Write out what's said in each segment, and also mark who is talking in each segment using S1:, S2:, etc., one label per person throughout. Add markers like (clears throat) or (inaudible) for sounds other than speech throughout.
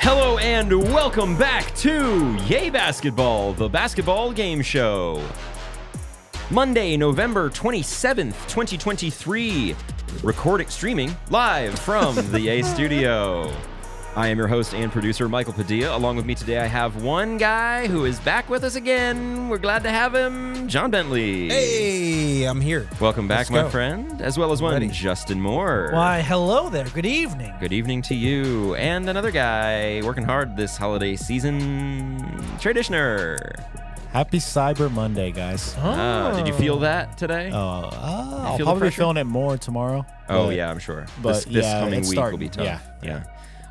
S1: Hello and welcome back to Yay Basketball, the basketball game show. Monday, November 27th, 2023. Recording streaming live from the Yay Studio. I am your host and producer, Michael Padilla. Along with me today, I have one guy who is back with us again. We're glad to have him, John Bentley.
S2: Hey, I'm here.
S1: Welcome back,
S2: Let's
S1: my
S2: go.
S1: friend, as well as one
S2: Ready.
S1: Justin Moore.
S3: Why, hello there. Good evening.
S1: Good evening to you and another guy working hard this holiday season, Trey Dishner.
S4: Happy Cyber Monday, guys.
S3: Oh.
S1: Ah, did you feel that today?
S4: Uh,
S1: feel
S4: uh,
S1: the
S4: I'll probably be
S1: pressure?
S4: feeling it more tomorrow.
S1: Oh,
S4: but-
S1: yeah, I'm sure.
S4: but
S1: this this
S4: yeah,
S1: coming
S4: it's
S1: week will
S4: starting.
S1: be tough.
S4: Yeah,
S1: yeah.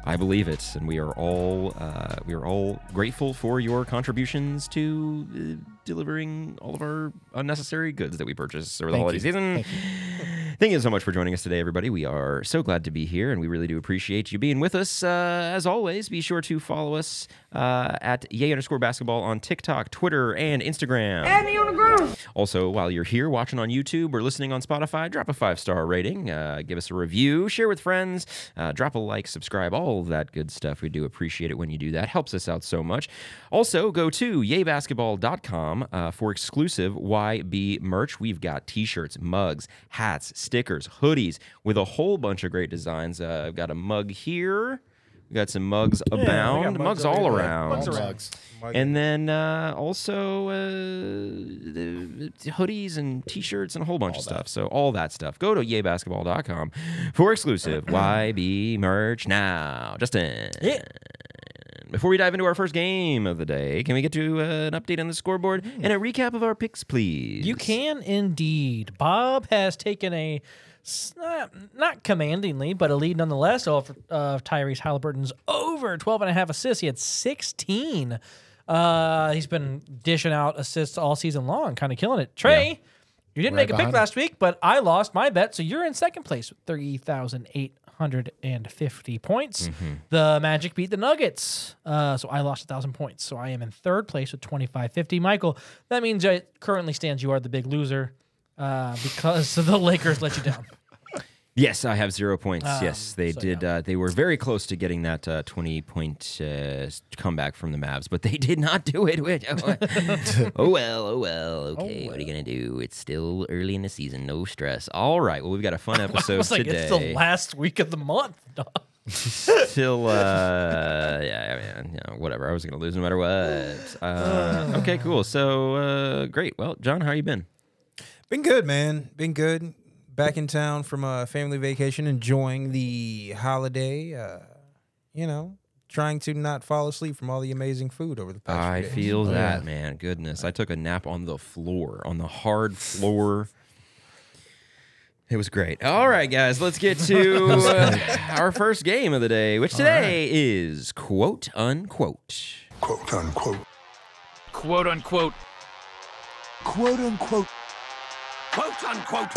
S1: I believe it, and we are all uh, we are all grateful for your contributions to uh, delivering all of our unnecessary goods that we purchase over the
S4: Thank
S1: holiday
S4: you.
S1: season.
S4: Thank
S1: (laughs) Thank you so much for joining us today, everybody. We are so glad to be here, and we really do appreciate you being with us. Uh, as always, be sure to follow us uh, at yay underscore basketball on TikTok, Twitter, and Instagram. Also, while you're here watching on YouTube or listening on Spotify, drop a five star rating, uh, give us a review, share with friends, uh, drop a like, subscribe, all of that good stuff. We do appreciate it when you do that. Helps us out so much. Also, go to yaybasketball.com uh, for exclusive YB merch. We've got t shirts, mugs, hats, stickers, hoodies with a whole bunch of great designs. Uh, I've got a mug here. We got some mugs abound, mugs, all around. And then uh, also uh, the- the hoodies and t-shirts and a whole bunch of stuff. So all that stuff. Go to yaybasketball.com for exclusive (clears throat) YB merch now. Justin.
S3: Yeah.
S1: Before we dive into our first game of the day, can we get to uh, an update on the scoreboard and a recap of our picks, please?
S3: Mm. You can indeed. Bob has taken a, s- not, not commandingly, but a lead nonetheless off of uh, Tyrese Halliburton's over 12 and a half assists. He had 16. Uh, he's been dishing out assists all season long, kind of killing it. Trey, you didn't make a pick
S4: behind him.
S3: last week, but I lost my bet, so you're in second place with 3,850 points.
S1: Mm-hmm.
S3: The Magic beat the Nuggets, uh, so I lost 1,000 points. So I am in third place with 2,550. Michael, that means I currently stands you are the big loser uh, because (laughs) the Lakers let you down.
S1: Yes, I have zero points. yes, they
S3: Ah, so,
S1: did. Uh, they were very close to getting that uh, twenty-point uh, s- comeback from the Mavs, but they (laughs) did not do it. Which,
S3: (laughs)
S1: oh well, oh well. Okay, what are you gonna do? It's still early in the season. No stress. All right. Well, we've got a fun
S3: (laughs) I
S1: episode
S3: was like,
S1: today.
S3: it's the last week of the month. (laughs) dog. (laughs)
S1: Till uh, yeah, yeah, man, yeah, whatever. I was gonna lose no matter
S3: (sighs)
S1: what. Uh, okay, cool. So uh, great. Well, John, how you been?
S2: Been good, man. Been good. Back in town from a family vacation, enjoying the holiday. Uh, you know, trying to not fall asleep from all the amazing food over the past.
S1: I
S2: few days.
S1: feel that, man. Goodness. I took a nap on the floor, on the hard floor. It was great. All right, guys, let's get (laughs) to uh, our first game of the day, which today is quote unquote.
S5: quote unquote.
S6: quote unquote
S5: Quote unquote. Quote unquote.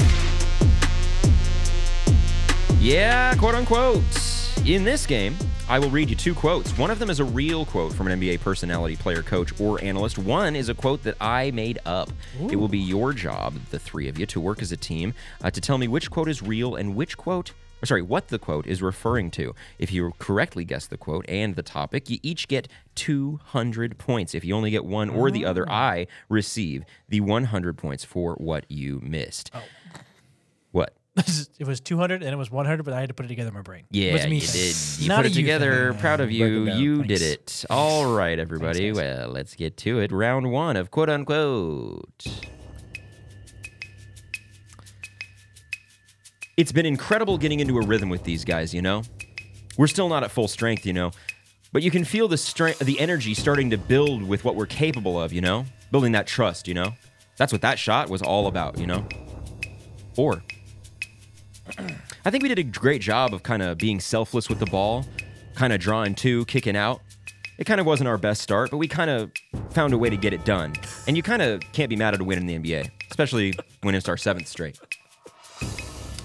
S1: Yeah, quote unquote. In this game, I will read you two quotes. One of them is a real quote from an NBA personality, player, coach, or analyst. One is a quote that I made up. It will be your job, the three of you, to work as a team uh, to tell me which quote is real and which quote. Or sorry, what the quote is referring to. If you correctly guess the quote and the topic, you each get 200 points. If you only get one or the other, I receive the 100 points for what you missed. Oh. What?
S3: it was 200 and it was 100, but I had to put it together in my brain. It
S1: Yeah,
S3: was me
S1: you
S3: thing.
S1: did. You
S3: Not
S1: put
S3: a
S1: it
S3: you
S1: together.
S3: thing.
S1: Proud of you.
S4: down.
S1: You did it. All right, everybody. well, let's get to it. Round one of quote unquote. It's been incredible getting into a rhythm with these guys, you know? We're still not at full strength, you know, but you can feel the strength, the energy starting to build with what we're capable of, you know? Building that trust, you know? That's what that shot was all about, you know? Or I think we did a great job of kind of being selfless with the ball, kind of drawing two, kicking out. It kind of wasn't our best start, but we kind of found a way to get it done. And you kind of can't be mad at a win in the NBA, especially when it's our seventh straight.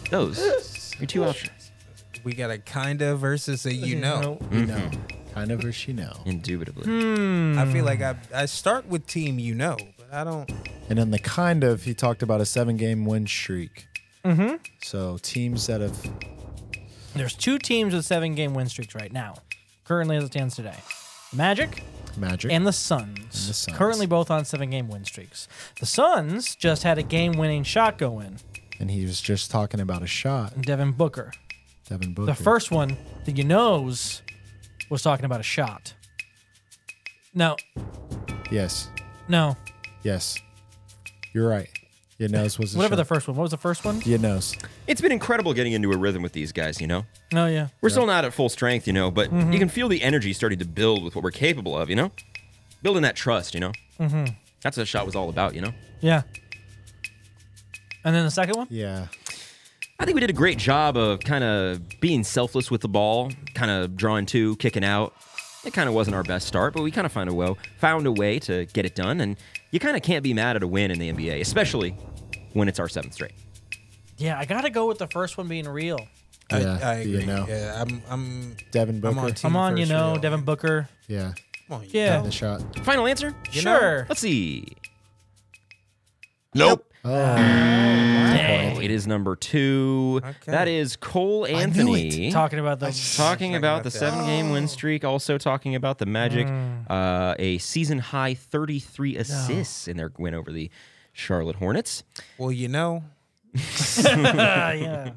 S1: Those are your two options.
S2: We got a kinda versus a you know.
S4: You know,
S3: Mm-hmm.
S4: kind of or she know.
S1: Indubitably.
S2: I feel like I I start with team you know, but I don't.
S4: And then the kind of, he talked about a seven game win streak. Mm-hmm. So teams that have
S3: There's two teams with seven game win streaks right now. currently as it stands today. Magic
S4: Magic.
S3: and the Suns,
S4: the Suns.
S3: currently both on seven game win streaks. The Suns just had a game winning shot go in,
S4: and he was just talking about a shot.
S3: Devin Booker.
S4: Devin Booker.
S3: The first one that you knows was talking about a shot. No,
S4: Yes.
S3: no,
S4: Yes. You're right. Your nose was a
S3: whatever
S4: shot.
S3: the first one. What was the first one?
S4: Your nose.
S1: It's been incredible getting into a rhythm with these guys, you know?
S3: No, yeah.
S1: We're still not at full strength, you know, but you can feel the energy starting to build with what we're capable of, you know? Building that trust, you know? Mm-hmm. That's what the shot was all about, you know?
S3: Yeah. And then the second one?
S4: Yeah.
S1: I think we did a great job of kind of being selfless with the ball, kind of drawing two, kicking out. It kind of wasn't our best start, but we kind of found a way, found a way to get it done. And you kind of can't be mad at a win in the NBA, especially when it's our seventh straight.
S3: Yeah, I got to go with the first one being real.
S4: Yeah.
S2: I, I
S4: do
S2: agree.
S4: You know.
S2: Yeah, I'm. I'm
S4: Devin
S2: I'm
S4: Booker.
S2: on team
S3: Come on, you
S2: first,
S3: know,
S2: real.
S3: Devin Booker.
S4: yeah.
S2: Come on, you
S3: Yeah.
S2: know.
S4: The shot.
S1: Final answer?
S3: sure.
S1: Let's see.
S5: Nope.
S3: Uh,
S1: Oh, it is number two.
S2: Okay.
S1: That is Cole Anthony.
S3: Talking about the
S1: talking about
S2: about
S1: the
S2: that. Oh. Mm.
S1: seven game win streak, also talking about the Magic, uh, a season high 33 assists in their win over the Charlotte Hornets.
S2: Well, you know,
S3: (laughs) yeah,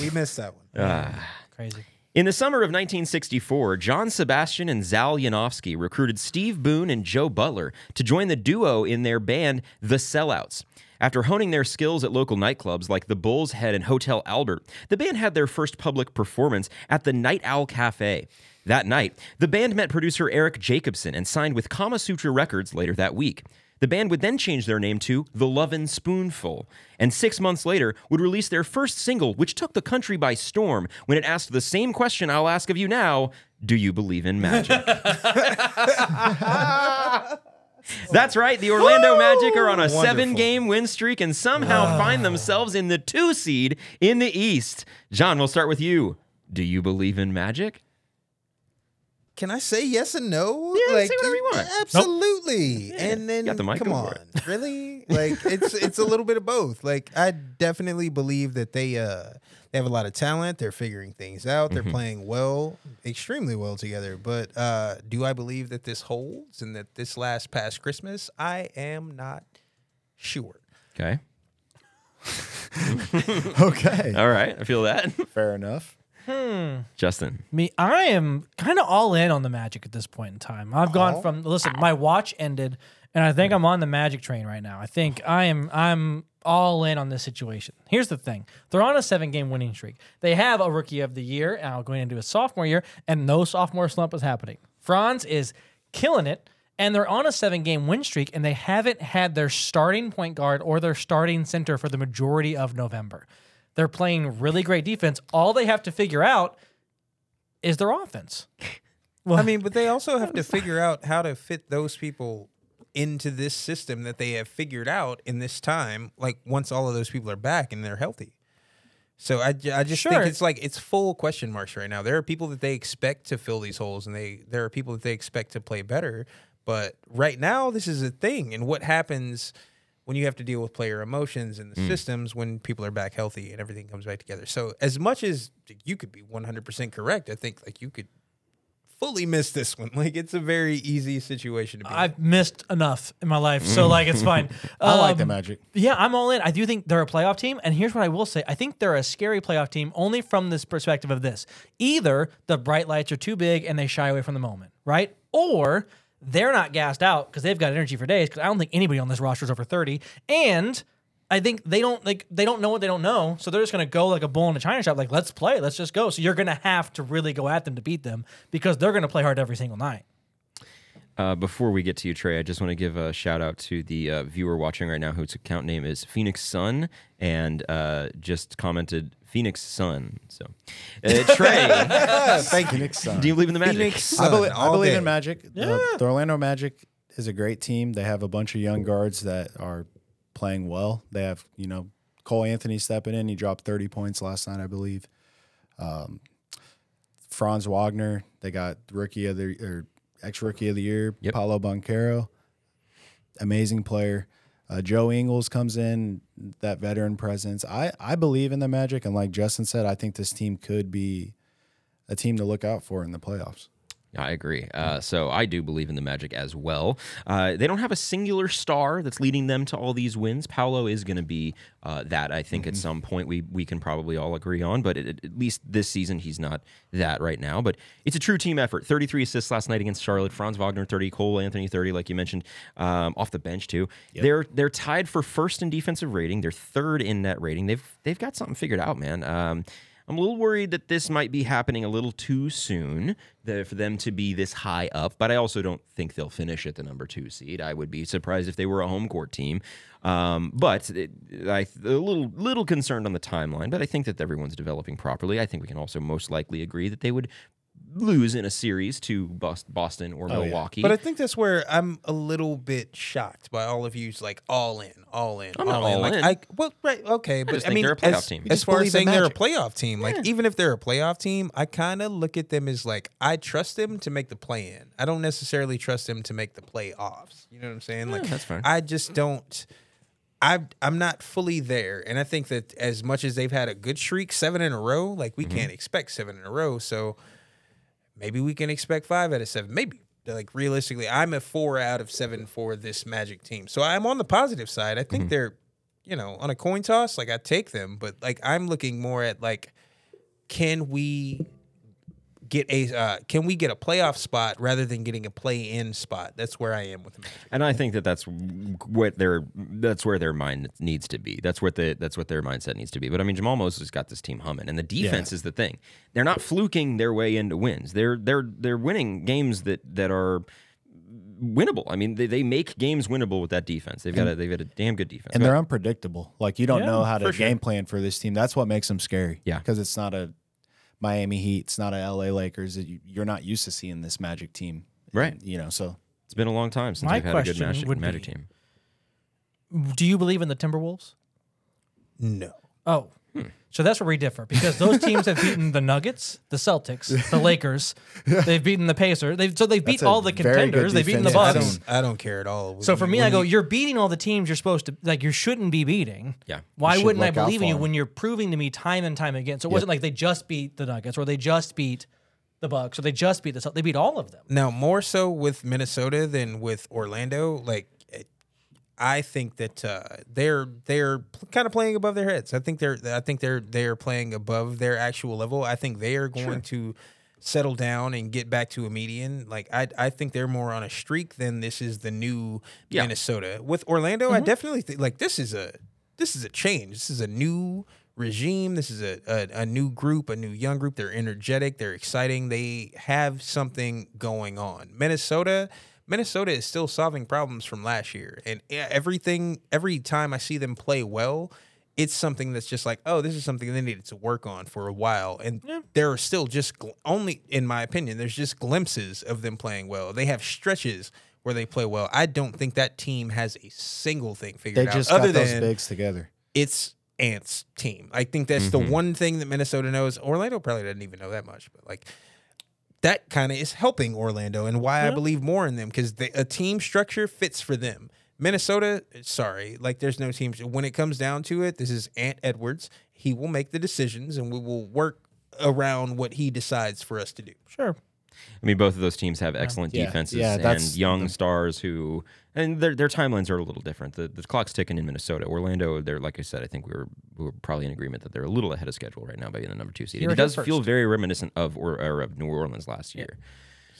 S2: we missed that one.
S3: crazy.
S1: In the summer of 1964, John Sebastian and Zal Yanofsky recruited Steve Boone and Joe Butler to join the duo in their band, The Sellouts. After honing their skills at local nightclubs like the Bull's Head and Hotel Albert, the band had their first public performance at the Night Owl Cafe. That night, the band met producer Eric Jacobson and signed with Kama Sutra Records later that week. The band would then change their name to The Lovin' Spoonful, and six months later would release their first single, which took the country by storm when it asked the same question I'll ask of you now Do you believe in magic? (laughs) That's right, the Orlando Magic are on a seven game win streak and somehow find themselves in the two seed in the East. John, we'll start with you. Do you believe in magic?
S2: Can I say yes and no?
S1: Yeah, say whatever you want.
S2: Absolutely. And then
S1: got the mic,
S2: come
S1: go
S2: on.
S1: for (laughs)
S2: Really? Like it's it's a little bit of both. Like I definitely believe that they uh they have a lot of talent. They're figuring things out.
S1: Mm-hmm.
S2: They're playing well, extremely well together. But uh do I believe that this holds and that this lasts past Christmas? I am not sure.
S1: Okay.
S4: (laughs) Okay.
S1: All right, I feel that. (laughs)
S4: Fair enough.
S1: Justin.
S3: Me, I am kind of all in on the Magic at this point in time. I've gone from listen, my watch ended, and I think I'm on the Magic train right now. I think I am. I'm all in on this situation. Here's the thing: they're on a seven-game winning streak. They have a Rookie of the Year now going into his sophomore year, and no sophomore slump is happening. Franz is killing it. And they're on a seven game win streak, and they haven't had their starting point guard or their starting center for the majority of November. They're playing really great defense. All they have to figure out is their offense.
S2: I mean, but they also have to figure out how to fit those people into this system that they have figured out in this time. Like once all of those people are back and they're healthy. So I, ju- I just
S3: Sure.
S2: think it's like it's full question marks right now. There are people that they expect to fill these holes, and they there are people that they expect to play better. But right now, this is a thing, and what happens when you have to deal with player emotions and the systems when people are back healthy and everything comes back together. So as much as you could be one hundred percent correct, I think like you could fully miss this one. (laughs) Like it's a very easy situation to be. in.
S3: I've missed enough in my life, so like it's fine.
S4: (laughs) I like the
S3: Um,
S4: magic.
S3: Yeah, I'm all in. I do think they're a playoff team. And here's what I will say I think they're a scary playoff team only from this perspective of this. Either the bright lights are too big and they shy away from the moment, right? Or they're not gassed out because they've got energy for days because I don't think anybody on this roster is over 30. And I think they don't like they don't know what they don't know, so they're just gonna go like a bull in a china shop. Like, let's play, let's just go. So you're gonna have to really go at them to beat them because they're gonna play hard every single night.
S1: Uh, before we get to you, Trey, I just want to give a shout out to the uh, viewer watching right now whose account name is Phoenix Sun and uh, just commented Phoenix Sun. So, uh, Trey,
S4: Thank you. Phoenix Suns.
S1: do you believe in the magic?
S2: Phoenix
S4: I believe,
S2: Sun
S4: I
S2: all
S4: believe
S2: day.
S4: in Magic. The- The, Orlando Magic is a great team. They have a bunch of young guards that are playing well. They have, you know, Cole Anthony stepping in. He dropped 30 points last night, I believe. Um, Franz Wagner. They got rookie of the or ex rookie of the year,
S1: Yep.
S4: Paolo Banquero. Amazing player. Uh, Joe Ingles comes in, that veteran presence. I, I believe in the Magic. And like Justin said, I think this team could be a team to look out for in the playoffs.
S1: I agree. Uh, so I do believe in the Magic as well. Uh, they don't have a singular star that's leading them to all these wins. Paolo is going to be uh, that. I think at some point we we can probably all agree on. But at, at least this season he's not that right now. But it's a true team effort. 33 assists last night against Charlotte. Franz Wagner 30, Cole Anthony 30, like you mentioned, um, off the bench too. They're they're tied for first in defensive rating. They're third in net rating. They've they've got something figured out, man. Um, I'm a little worried that this might be happening a little too soon that for them to be this high up, but I also don't think they'll finish at the number two seed. I would be surprised if they were a home court team. Um, but it, I, a little little concerned on the timeline, but I think that everyone's developing properly. I think we can also most likely agree that they would lose in a series to Bos- Boston or Milwaukee.
S2: But I think that's where I'm a little bit shocked by all of you's like all in, all in,
S1: I'm
S2: all,
S1: not
S2: in.
S1: all
S2: like,
S1: in.
S2: I well, right, okay, but I,
S1: just think
S2: mean,
S1: they're a playoff
S2: as,
S1: team. You
S2: As
S4: just
S2: far as
S4: believe in
S2: saying they're a
S4: Magic.
S2: playoff team, like even if they're a playoff team, I kind of look at them as like I trust them to make the play in. I don't necessarily trust them to make the playoffs. You know what I'm saying? Like
S1: that's fair.
S2: I just don't. I I'm not fully there, and I think that as much as they've had a good streak, seven in a row, like
S1: Mm-hmm.
S2: we can't expect seven in a row. So maybe we can expect five out of seven. Maybe like realistically, I'm a four out of seven for this Magic team. So I'm on the positive side. I think they're, you know, on a coin toss. Like I take them, but like I'm looking more at like, can we get a uh, can we get a playoff spot rather than getting a play in spot? That's where I am with the Magic.
S1: and I think that that's what their that's where their mind needs to be. That's what the that's what their mindset needs to be. But I mean, Jamal Moses got this team humming, and the defense is the thing. They're not fluking their way into wins. They're they're they're winning games that that are winnable. I mean, they, they make games winnable with that defense. They've got a they've got a damn good defense.
S4: and
S1: Go
S4: they're
S1: ahead.
S4: unpredictable. Like you don't know how to
S1: for sure.
S4: game plan for this team. That's what makes them scary.
S1: Yeah.
S4: because it's not a Miami Heat. It's not a LA Lakers. It- You're not used to seeing this Magic team,
S1: Right.
S4: And, you know, so
S1: it's been a long time since
S3: My
S1: we've had a good
S3: question
S1: magic,
S3: would
S1: magic
S3: be-
S1: team.
S3: Do you believe in the Timberwolves?
S2: No.
S3: Oh.
S4: Hmm.
S3: So that's where we differ because
S4: (laughs)
S3: those teams have beaten the Nuggets, the Celtics, the Lakers. They've beaten the Pacers. They've so they've beat
S4: a
S3: all the
S4: very good
S3: contenders. They've beaten the
S2: I
S4: defensive
S3: Bucks.
S2: don't. I don't care at all.
S3: So for me,
S2: When
S3: I go,
S2: you-
S3: you're beating all the teams you're supposed to, like, you shouldn't be beating.
S1: Yeah.
S3: Why
S4: should
S3: wouldn't I
S4: look out
S3: believe in
S4: for
S3: you
S4: 'em.
S3: when you're proving to me time and time again? So it wasn't like they just beat the Nuggets or they just beat the Bucks or they just beat the Celt- They beat all of them.
S2: Now, more so with Minnesota than with Orlando. Like, it- I think that uh, they're they're kind of playing above their heads. I think they're I think they're they're playing above their actual level. I think they are going to settle down and get back to a median. Like, I I think they're more on a streak than this is the new
S1: Yeah.
S2: Minnesota. With Orlando, I definitely think like this is a this is a change. This is a new regime. This is a, a a new group, a new young group. They're energetic. They're exciting. They have something going on. Minnesota, Minnesota is still solving problems from last year, and e- everything. Every time I see them play well. It's something that's just like, oh, this is something they needed to work on for a while, and there are still just gl- only, in my opinion, there's just glimpses of them playing well. They have stretches where they play well. I don't think that team has a single thing
S4: they
S2: figured
S4: just
S2: out. Other
S4: got those
S2: than
S4: bigs together.
S2: it's Ant's team. I think that's the one thing that Minnesota knows. Orlando probably doesn't even know that much, but like that kind of is helping Orlando and why I believe more in them because a team structure fits for them. Minnesota, sorry, like there's no team. When it comes down to it, this is Ant Edwards. He will make the decisions and we will work around what he decides for us to do.
S3: Sure.
S1: I mean, both of those teams have excellent
S4: Yeah,
S1: defenses
S4: yeah,
S1: and
S4: that's
S1: young stars who, and their their timelines are a little different. The, the clock's ticking in Minnesota. Orlando, they're like I said, I think we were we were probably in agreement that they're a little ahead of schedule right now, by being the number two seed. And
S3: You're
S1: it does
S3: here
S1: feel
S3: first.
S1: very reminiscent of or, or of New Orleans last year.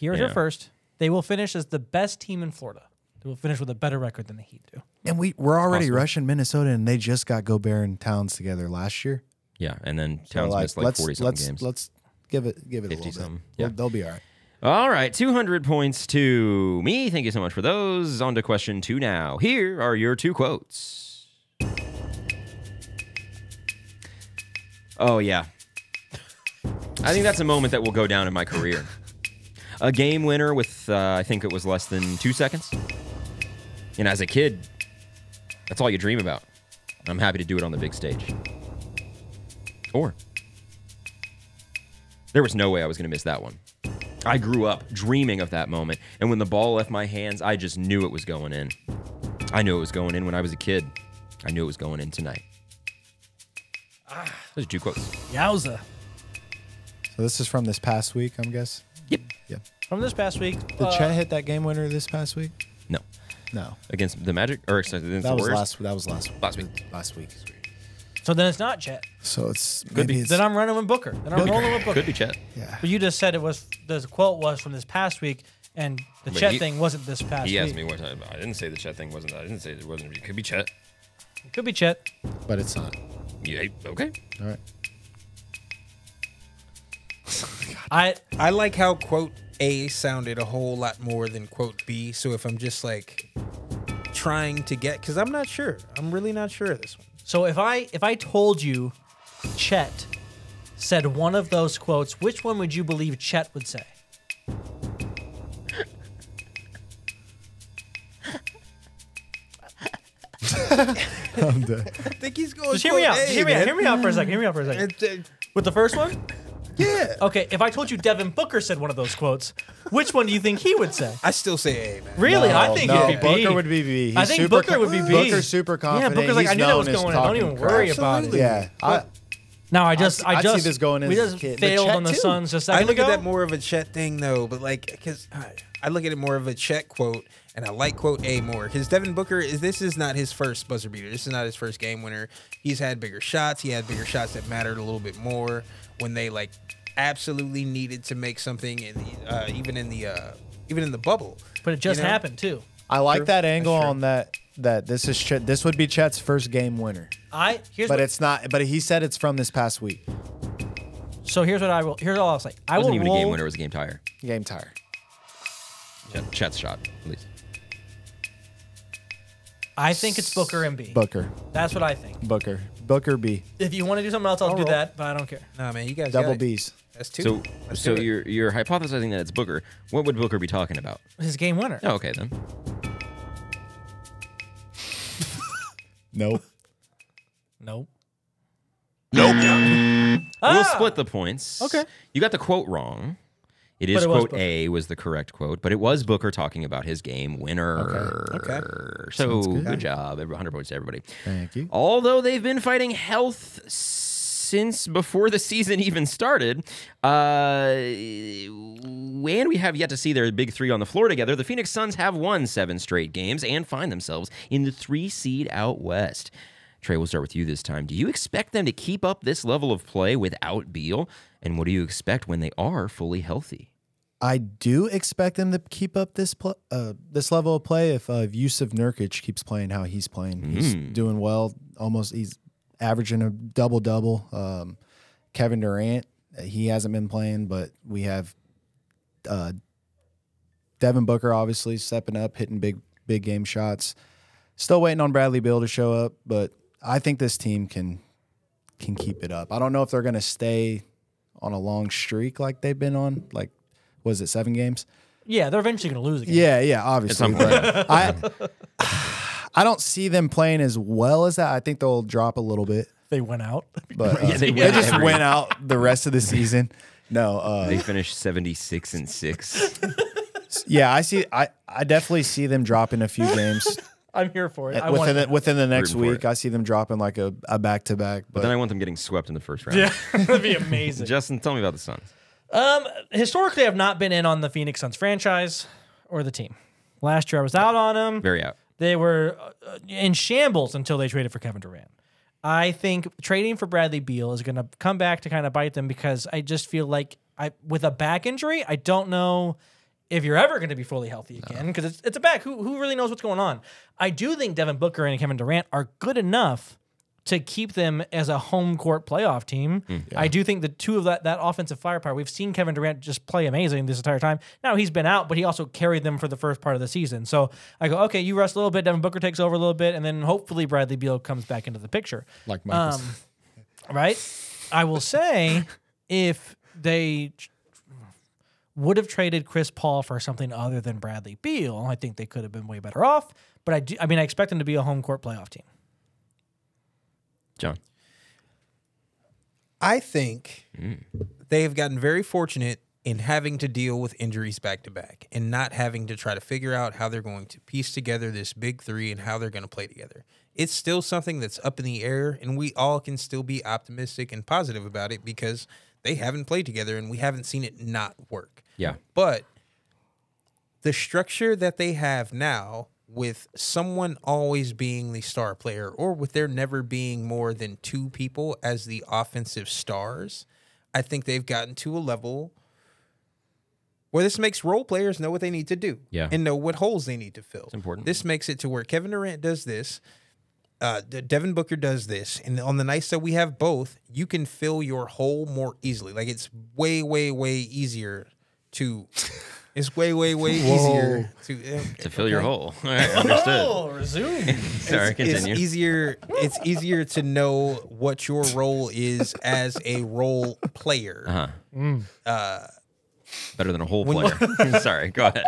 S3: Here's
S1: Yeah.
S3: your first. They will finish as the best team in Florida. They will finish with a better record than the Heat do.
S4: And we we're already rushing Minnesota, and they just got Gobert and Towns together last year.
S1: Yeah, and then
S4: So,
S1: Towns
S4: like,
S1: missed like
S4: let's
S1: forty
S4: let's
S1: something games.
S4: let's give it give it a
S1: 50
S4: little
S1: something.
S4: bit.
S1: Yeah.
S4: They'll- They'll be all right.
S1: All right, 200 points to me. Thank you so much for those. On to question two now. Here are your two quotes. Oh, yeah. I think that's a moment that will go down in my career. A game winner with, uh, I think it was less than two seconds. And as a kid, that's all you dream about. I'm happy to do it on the big stage. Or, there was no way I was going to miss that one. I grew up dreaming of that moment, and when the ball left my hands, I just knew it was going in. I knew it was going in when I was a kid. I knew it was going in tonight. Ah, Those are two quotes.
S3: Yowza.
S4: So this is from this past week, I'm guess.
S3: From this past week,
S4: Did
S3: uh,
S4: Chet hit that game winner this past week?
S1: No,
S4: No,
S1: against the Magic or excuse- against
S4: that
S1: the
S4: was
S1: Warriors.
S4: last. That was last.
S1: Last week.
S4: Last week.
S3: so then it's not Chet.
S4: So it's could
S3: Maybe then I'm running with Booker. Then I'm rolling with Booker.
S1: Could be Chet.
S4: yeah.
S3: But you just said it was the quote was from this past week, and the
S1: But
S3: Chet
S1: he-
S3: thing wasn't this past
S1: He
S3: week.
S1: asked me what time. I didn't say the Chet thing wasn't. I didn't say it wasn't. It could be Chet.
S3: It could be Chet.
S4: But it's not.
S1: Yeah. Okay.
S4: All right.
S3: I
S2: I like how quote A sounded a whole lot more than quote B. So if I'm just like trying to get, because I'm not sure, I'm really not sure of this one.
S3: so if I if I told you Chet said one of those quotes, which one would you believe Chet would say?
S4: (laughs) I'm done.
S2: I think he's going.
S3: Just hear me out.
S2: quote
S3: Just
S2: A,
S3: hear me out.
S2: man.
S3: Hear me out for a second. Hear me out for a second.
S2: It- it-
S3: With the first one,
S2: yeah,
S3: okay. If I told you Devin Booker said one of those quotes, which one do you think he would say?
S2: I still say A, man.
S3: Really, I
S4: Um, No,
S3: think
S4: no,
S3: it'd be B.
S4: Booker would be B.
S3: I
S4: He's
S3: think
S4: super
S3: Booker
S4: co-
S3: would be B.
S4: Booker's super confident.
S3: Yeah, Booker's like,
S4: He's
S3: I knew that
S4: known
S3: was
S4: as
S3: going on. Don't
S4: talking
S3: even worry
S4: crap.
S3: about it.
S4: Yeah, I,
S3: Now I just,
S4: I
S3: I,
S4: see
S3: just
S4: this going in
S3: we
S4: as a
S3: just
S4: kid. The
S3: failed
S2: Chet
S3: on the
S2: too.
S3: Suns just a
S2: I
S3: second
S2: look
S3: ago.
S2: at that more of a Chet thing though, but like because I, I look at it more of a Chet quote, and I like quote A more because Devin Booker is this is not his first buzzer beater. This is not his first game winner. He's had bigger shots. He had bigger shots that mattered a little bit more when they like absolutely needed to make something, in the, uh, even in the uh, even in the bubble.
S3: but it just
S2: you know?
S3: happened too.
S4: I like that angle
S2: That's true.
S4: on that. That this is Chet, this would be Chet's first game winner,
S3: I here's
S4: but
S3: what,
S4: it's not. But he said it's from this past week.
S3: so here's what I will. Here's all I'll say. I
S1: It wasn't
S3: will
S1: even
S3: roll,
S1: a game winner. It was a game tire.
S4: Game tire.
S1: Chet, Chet's shot. At least.
S3: I think it's Booker and B.
S4: Booker.
S3: That's what I think.
S4: Booker. Booker B.
S3: If you want to do something else, I'll, do
S2: roll.
S3: that, but I don't care.
S2: Nah, man, you guys
S4: Double
S2: got it.
S4: B's.
S2: That's two.
S1: So,
S2: Let's
S1: so
S2: do it.
S1: you're you're hypothesizing that it's Booker. What would Booker be talking about?
S3: His game winner.
S1: Oh, okay then.
S4: Nope.
S3: Nope.
S1: We'll
S3: Ah!
S1: split the points.
S3: Okay.
S1: You got the quote wrong. It is
S3: it was
S1: quote
S3: Booker.
S1: A was the correct quote, but it was Booker talking about his game winner.
S2: Okay.
S1: So good,
S4: good.
S1: job. Every- 100 points to everybody.
S4: Thank you.
S1: Although they've been fighting health since before the season even started, uh, and we have yet to see their big three on the floor together, the Phoenix Suns have won seven straight games and find themselves in the three seed out west. Trey, we'll start with you this time. Do you expect them to keep up this level of play without Beal? And what do you expect when they are fully healthy?
S4: I do expect them to keep up this pl- uh, this level of play if uh, if Yusuf Nurkic keeps playing how he's playing. He's doing well. Almost he's averaging a double double. Um, Kevin Durant, uh, he hasn't been playing, but we have uh, Devin Booker obviously stepping up, hitting big big game shots. Still waiting on Bradley Beal to show up, but I think this team can can keep it up. I don't know if they're going to stay on a long streak like they've been on. Like, was it seven games?
S3: Yeah, they're eventually going to lose again.
S4: Yeah, yeah, obviously.
S1: some point.
S4: but I, I (sighs) don't see them playing as well as that. I think they'll drop a little bit,
S3: They went out. (laughs)
S4: but
S1: (laughs)
S4: uh,
S1: Yeah, they
S4: they,
S1: win
S4: just
S1: every-
S4: went out the rest of the season. No, uh,
S1: They finished 76 and
S4: (laughs)
S1: 6.
S4: yeah, I see. I, I definitely see them dropping
S3: (laughs)
S4: a few games uh,
S3: I'm here for it. I want
S4: within the,
S3: it.
S4: within the next
S1: Rooting for
S4: week.
S1: it.
S4: I see them dropping like a a back to back.
S1: But then I want them getting swept in the first round.
S3: Yeah, (laughs) that'd be amazing.
S1: Justin, tell me about the Suns.
S3: Um, historically, I've not been in on the Phoenix Suns franchise or the team. Last year, I was out on them.
S1: Very out.
S3: They were uh, in shambles until they traded for Kevin Durant. I think trading for Bradley Beal is going to come back to kind of bite them because I just feel like I with a back injury, I don't know if you're ever going to be fully healthy again because it's, it's a back. Who, who really knows what's going on? I do think Devin Booker and Kevin Durant are good enough to keep them as a home court playoff team. I do think the two of that that offensive firepower. We've seen Kevin Durant just play amazing this entire time. Now he's been out, but he also carried them for the first part of the season. So I go, okay, you rest a little bit. Devin Booker takes over a little bit, and then hopefully Bradley Beal comes back into the picture Um,
S4: like
S3: (laughs) right? I will say if they tr- would have traded Chris Paul for something other than Bradley Beal, I think they could have been way better off. But I do, I mean, I expect them to be a home court playoff team.
S1: John.
S2: I think they have gotten very fortunate in having to deal with injuries back to back and not having to try to figure out how they're going to piece together this big three and how they're going to play together. It's still something that's up in the air, and we all can still be optimistic and positive about it because they haven't played together and we haven't seen it not work.
S1: Yeah.
S2: But the structure that they have now, with someone always being the star player, or with there never being more than two people as the offensive stars, I think they've gotten to a level where this makes role players know what they need to do
S1: Yeah.
S2: and know what holes they need to fill. It's
S1: important.
S2: This makes it to where Kevin Durant does this. Uh, De- Devin Booker does this, and on the nights that we have both, you can fill your hole more easily. Like it's way, way, way easier to. It's way, way, way easier to eh,
S1: To fill your hole. All right, understood.
S3: Oh, resume.
S1: (laughs) Sorry,
S2: it's
S1: continue.
S2: easier it's easier to know what your role is as a role player
S1: Uh-huh.
S2: Uh,
S1: Better than a whole player. Sorry, go ahead.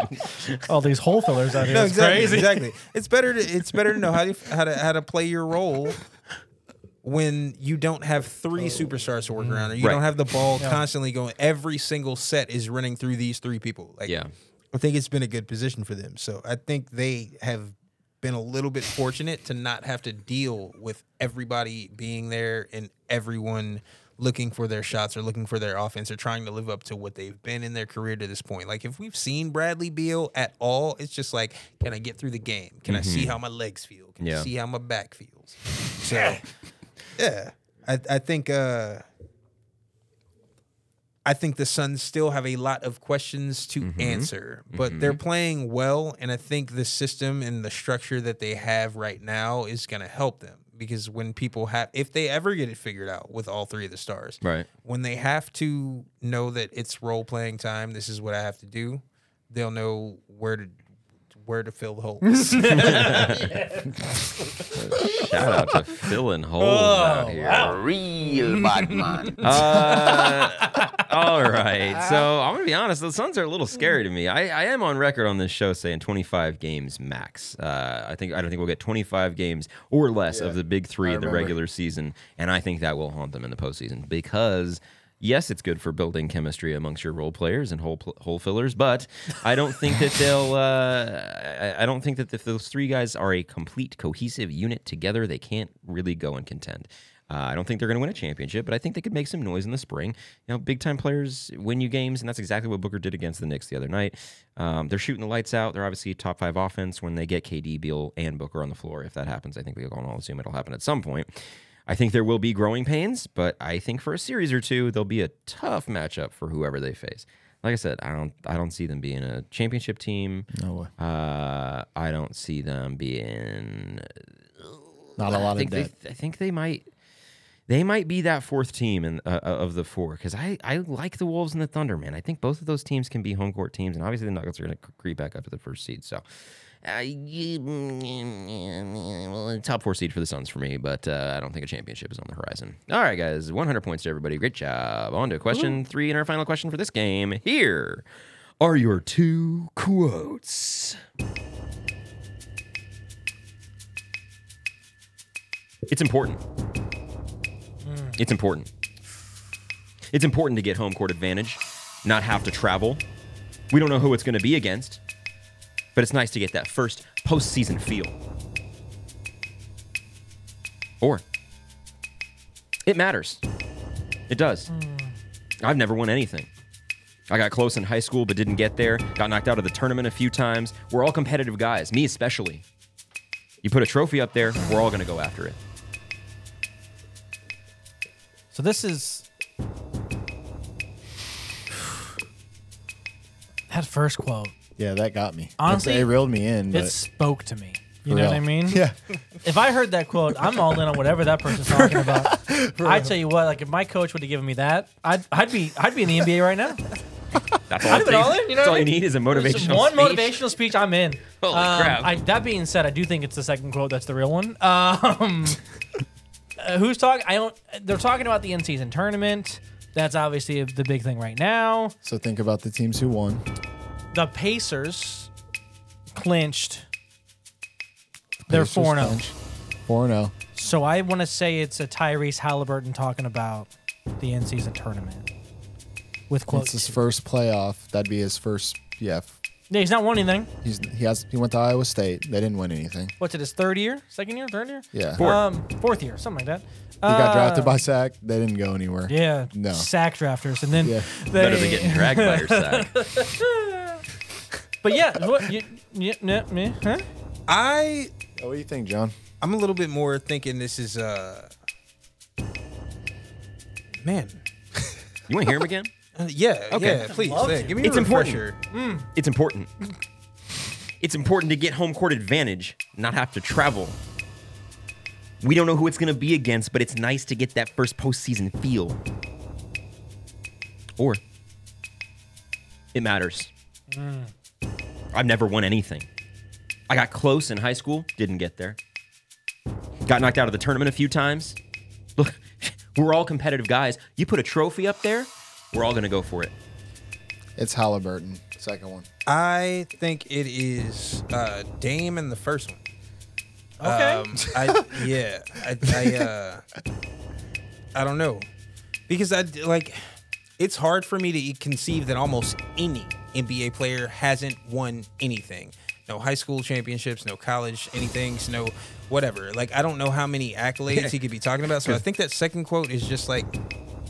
S3: All these hole fillers out here.
S2: no
S3: It's
S2: exactly
S3: crazy.
S2: exactly it's better to it's better to know how to how to how to play your role when you don't have three superstars to work
S3: Mm.
S2: around or you
S1: Right.
S2: don't have the ball constantly going every single set is running through these three people like
S1: Yeah.
S2: i think it's been a good position for them so i think they have been a little bit fortunate to not have to deal with everybody being there and everyone looking for their shots or looking for their offense or trying to live up to what they've been in their career to this point. Like if we've seen Bradley Beal at all, it's just like, can I get through the game? Can I see how my legs feel? Can
S1: Yeah.
S2: I see how my back feels? So yeah. I, I think uh I think the Suns still have a lot of questions to answer, but they're playing well, and I think the system and the structure that they have right now is going to help them because when people have, if they ever get it figured out with all three of the stars,
S1: Right.
S2: when they have to know that it's role playing time, this is what I have to do, they'll know where to where to fill the holes.
S1: Shout out to filling holes out here.
S5: Real bad man.
S1: Uh, all right. So I'm gonna be honest. The Suns are a little scary to me. I, I am on record on this show saying 25 games max. Uh, I think I don't think we'll get 25 games or less of the big three in the regular season, and I think that will haunt them in the postseason because. Yes, it's good for building chemistry amongst your role players and hole, pl- hole fillers, but I don't think that they'll. Uh, I, I don't think that if those three guys are a complete cohesive unit together, they can't really go and contend. Uh, I don't think they're going to win a championship, but I think they could make some noise in the spring. You know, big time players win you games, and that's exactly what Booker did against the Knicks the other night. Um, they're shooting the lights out. They're obviously top five offense when they get KD, Beal, and Booker on the floor. If that happens, I think we can all assume it'll happen at some point. I think there will be growing pains, but I think for a series or two, there'll be a tough matchup for whoever they face. Like I said, I don't, I don't see them being a championship team.
S4: No way.
S1: Uh, I don't see them being
S4: Not a lot
S1: I
S4: of
S1: think
S4: debt.
S1: they, I think they might they might be that fourth team in, uh, uh, of the four because I, I like the Wolves and the Thunder, man. I think both of those teams can be home court teams, and obviously the Nuggets are going to creep back up to the first seed. So, uh, you- well, top four seed for the Suns for me, but uh, I don't think a championship is on the horizon. All right, guys, 100 points to everybody. Great job. On to question three and our final question for this game. Here are your two quotes. It's important. It's important. It's important to get home court advantage, not have to travel. We don't know who it's going to be against, but it's nice to get that first postseason feel. Or, it matters. It does. I've never won anything. I got close in high school but didn't get there. Got knocked out of the tournament a few times. We're all competitive guys, me especially. You put a trophy up there, we're all going to go after it.
S7: So this is
S3: That first quote,
S4: Yeah, that got me.
S3: Honestly,
S4: it reeled me in.
S3: it
S4: But
S3: spoke to me. You
S4: for
S3: know what I
S4: real.
S3: mean?
S4: (laughs) Yeah,
S3: If I heard that quote, I'm all in on whatever that person's talking
S2: (laughs)
S3: about. I tell you what, like if my coach would have given me that, I'd, I'd be I'd be in the NBA right now.
S1: That's all, it
S3: I've been
S1: takes.
S3: all in, you know
S1: That's
S3: what
S1: all
S3: I
S1: you
S3: mean?
S1: need is a
S3: Just
S1: motivational
S3: one
S1: speech.
S3: motivational speech, I'm in.
S1: (laughs) Holy
S3: Um,
S1: crap.
S3: I, that being said, I do think it's the second quote that's the real one. Um, (laughs) uh, who's talking? I don't. They're talking about the in-season tournament. That's obviously the big thing right now.
S4: so think about the teams who won.
S3: The Pacers clinched. They're four oh. zero.
S4: Four oh. zero.
S3: So I want to say it's a Tyrese Halliburton talking about the in-season tournament with
S4: It's
S3: quotes.
S4: his first playoff. That'd be his first. Yeah, f-
S3: Yeah, he's not won anything.
S4: He's he has he went to Iowa State. They didn't win anything.
S3: What's it? His third year, second year, third year?
S4: Yeah.
S1: Fourth.
S3: Um, fourth year, something like that.
S4: He got drafted by Sac. They didn't go anywhere.
S3: Uh, Yeah.
S4: No.
S3: Sack drafters, and then
S4: Yeah.
S3: they,
S1: Better than getting dragged by your sack.
S3: But yeah, what? You, yeah, yeah, yeah, huh?
S2: I
S4: Oh, what do you think, John?
S2: I'm a little bit more thinking this is uh man.
S1: You want to hear him again?
S2: Uh, yeah,
S1: Okay.
S2: yeah, please.
S3: Love
S2: yeah,
S3: to.
S2: give me
S1: It's
S2: a
S1: important.
S2: refresher.
S1: It's important. It's important to get home court advantage, not have to travel. We don't know who it's going to be against, but it's nice to get that first postseason feel. Or it matters. I've never won anything. I got close in high school, didn't get there. Got knocked out of the tournament a few times. Look, (laughs) we're all competitive guys. You put a trophy up there, we're all going to go for it.
S4: It's Halliburton, second one.
S2: I think it is uh Dame in the first one.
S3: Okay.
S2: Um, I yeah. I I, uh, I don't know because I like it's hard for me to e, conceive that almost any NBA player hasn't won anything. No high school championships, no college anythings, no whatever. Like I don't know how many accolades he could be talking about. So I think that second quote is just like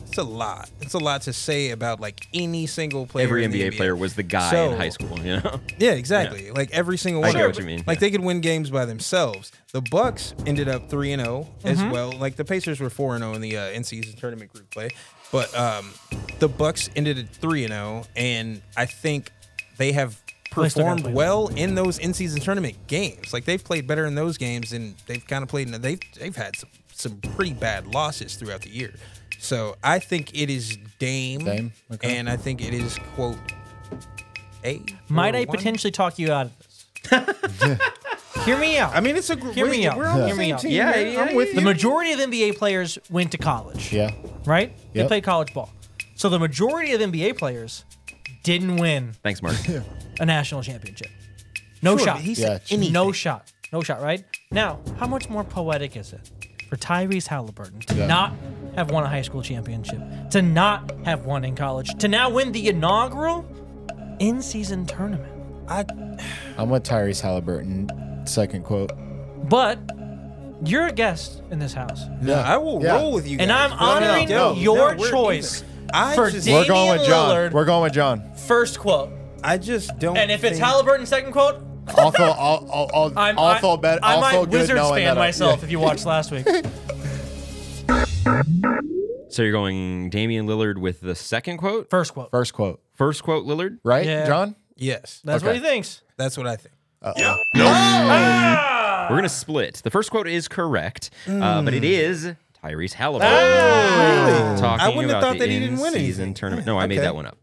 S2: it's a lot. It's a lot to say about like any single player.
S1: Every
S2: in the
S1: NBA, player was the guy
S2: So-
S1: in high school, you know? (laughs)
S2: Yeah, exactly. Like every single
S1: I
S2: one.
S1: get
S2: of
S1: what
S2: them.
S1: you mean,
S2: Like
S1: yeah.
S2: they could win games by themselves. The Bucks ended up three and zero as
S3: Mm-hmm.
S2: well. Like the Pacers were four and zero in the uh, in season tournament group play, but um, the Bucks ended at three and zero, and I think they have
S3: They still gotta
S2: performed
S3: play
S2: well in those in season tournament games. Like they've played better in those games, and they've kind of played. In, they've they've had some some pretty bad losses throughout the year. So I think it is Dame,
S4: Dame, okay.
S2: and I think it is quote. A
S3: Might
S2: or
S3: I
S2: one?
S3: potentially talk you out of this?
S4: (laughs)
S3: Hear me out.
S2: I mean, it's a gr-
S3: Hear
S2: we're,
S3: me out.
S2: We're on the
S3: Hear me
S2: same
S3: out.
S2: team.
S1: Yeah,
S2: man.
S1: yeah,
S2: I'm with
S1: yeah.
S3: the
S2: you.
S3: majority of NBA players went to college.
S4: Yeah.
S3: Right? They
S4: Yep.
S3: played college ball. So the majority of NBA players didn't win
S1: Thanks, Mark.
S3: a national championship. No
S2: Sure,
S3: shot.
S2: He
S4: Yeah,
S2: said
S4: true.
S2: anything.
S3: No shot. No shot, right? Now, how much more poetic is it for Tyrese Halliburton to
S4: Yeah.
S3: not have won a high school championship, to not have won in college, to now win the inaugural in season tournament?
S2: I,
S4: I'm with Tyrese Halliburton, second quote.
S3: But you're a guest in this house.
S2: no, I will
S4: Yeah.
S2: roll with you.
S3: And
S2: guys.
S3: I'm
S2: No, no,
S3: honoring
S2: no, no,
S3: your
S2: we're
S3: choice
S2: even. I
S3: for
S2: just,
S3: Dame-
S4: We're going with John.
S3: Lillard.
S4: We're going with John.
S3: First quote.
S2: I just don't.
S3: And if it's
S2: think-
S3: Halliburton second quote,
S4: I'll feel I'll I'll, I'll,
S3: I'm
S4: I'll feel better.
S3: I
S4: I'll
S3: might
S4: feel good
S3: Wizards
S4: knowing
S3: fan
S4: that I-
S3: myself
S4: yeah.
S3: if you watched last week.
S1: so you're going Damian Lillard with the second quote?
S3: First quote.
S4: First quote,
S1: First quote, Lillard?
S4: right,
S3: Yeah.
S4: John?
S2: yes,
S3: That's what
S4: Okay.
S3: he thinks.
S2: that's what I think.
S1: We're going to split. The first quote is correct, uh, but it is Tyrese Halliburton. Talking
S2: Mm. Ah! I wouldn't have
S1: about
S2: thought
S1: the
S2: that he didn't win
S1: in-season
S2: anything.
S1: tournament. No, I made
S2: Okay.
S1: that one up.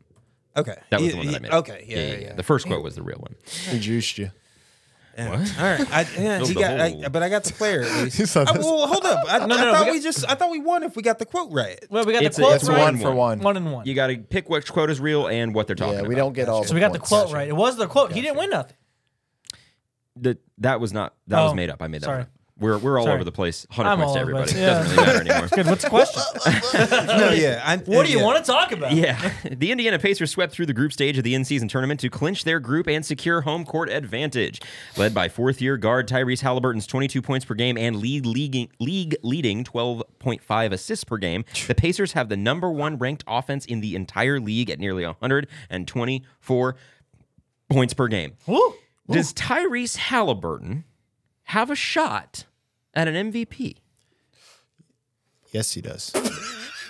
S2: Okay,
S1: That was
S2: Yeah,
S1: the one that I
S2: yeah,
S1: made. up.
S2: Okay, yeah, yeah, yeah.
S1: The first quote was the real one.
S4: He juiced you.
S2: Yeah. All right, I, yeah, he
S1: Filled the
S2: got,
S1: hole.
S2: I, but I got the player. At least.
S4: said
S2: I,
S4: this-
S2: well, hold up. I,
S3: no,
S2: I
S3: no,
S2: thought
S3: we
S2: we, just. I thought we won if we got the quote right.
S3: Well, we got
S1: It's a-
S3: the quote
S1: it's
S4: That's
S3: right.
S4: one for one.
S3: One and one.
S1: You got to pick which quote is real and what they're talking
S4: Yeah,
S1: about.
S4: we don't get all.
S3: So we got the
S4: points.
S3: quote right. It was the quote. He didn't win nothing.
S1: That, that was not, that was
S3: Oh,
S1: made up. I made that
S3: sorry.
S1: one up. We're, we're all
S3: Sorry.
S1: over the place. 100
S3: I'm
S1: points to
S3: all over the
S1: everybody.
S3: place.
S1: It doesn't really matter
S2: (laughs)
S1: anymore.
S3: Good. What's the question?
S2: no,
S3: (laughs)
S2: yeah. I,
S3: what do you
S2: yeah.
S3: want to talk about?
S1: Yeah. (laughs) The Indiana Pacers swept through the group stage of the in season tournament to clinch their group and secure home court advantage. Led by fourth year guard Tyrese Halliburton's 22 points per game and league, league, league leading 12.5 assists per game, the Pacers have the number one ranked offense in the entire league at nearly 124 points per game.
S3: Woo.
S1: Does Tyrese Halliburton have a shot at an MVP?
S4: Yes, he does.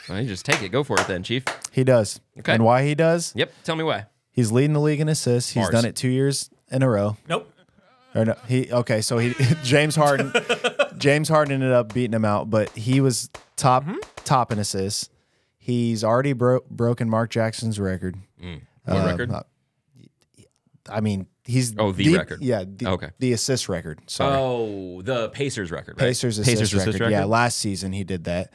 S1: Well, you just take it. Go for it then, Chief.
S4: He does.
S1: Okay.
S4: And why he does?
S1: Yep. Tell me why.
S4: He's leading the league in assists. He's
S1: Bars.
S4: done it two years in a row.
S3: Nope.
S4: Or no, he okay. So he (laughs)
S1: (laughs)
S4: James Harden, James Harden ended up beating him out, but he was top
S1: Mm-hmm.
S4: top in assists. He's already bro- broken Mark Jackson's record.
S1: Mm. What
S4: Uh,
S1: record?
S4: uh, I mean, he's
S1: Oh, the record.
S4: Yeah, the,
S1: Okay.
S4: the assist record. Sorry,
S1: Oh, the Pacers record, right?
S4: Pacers assist record. Yeah, last season he did that.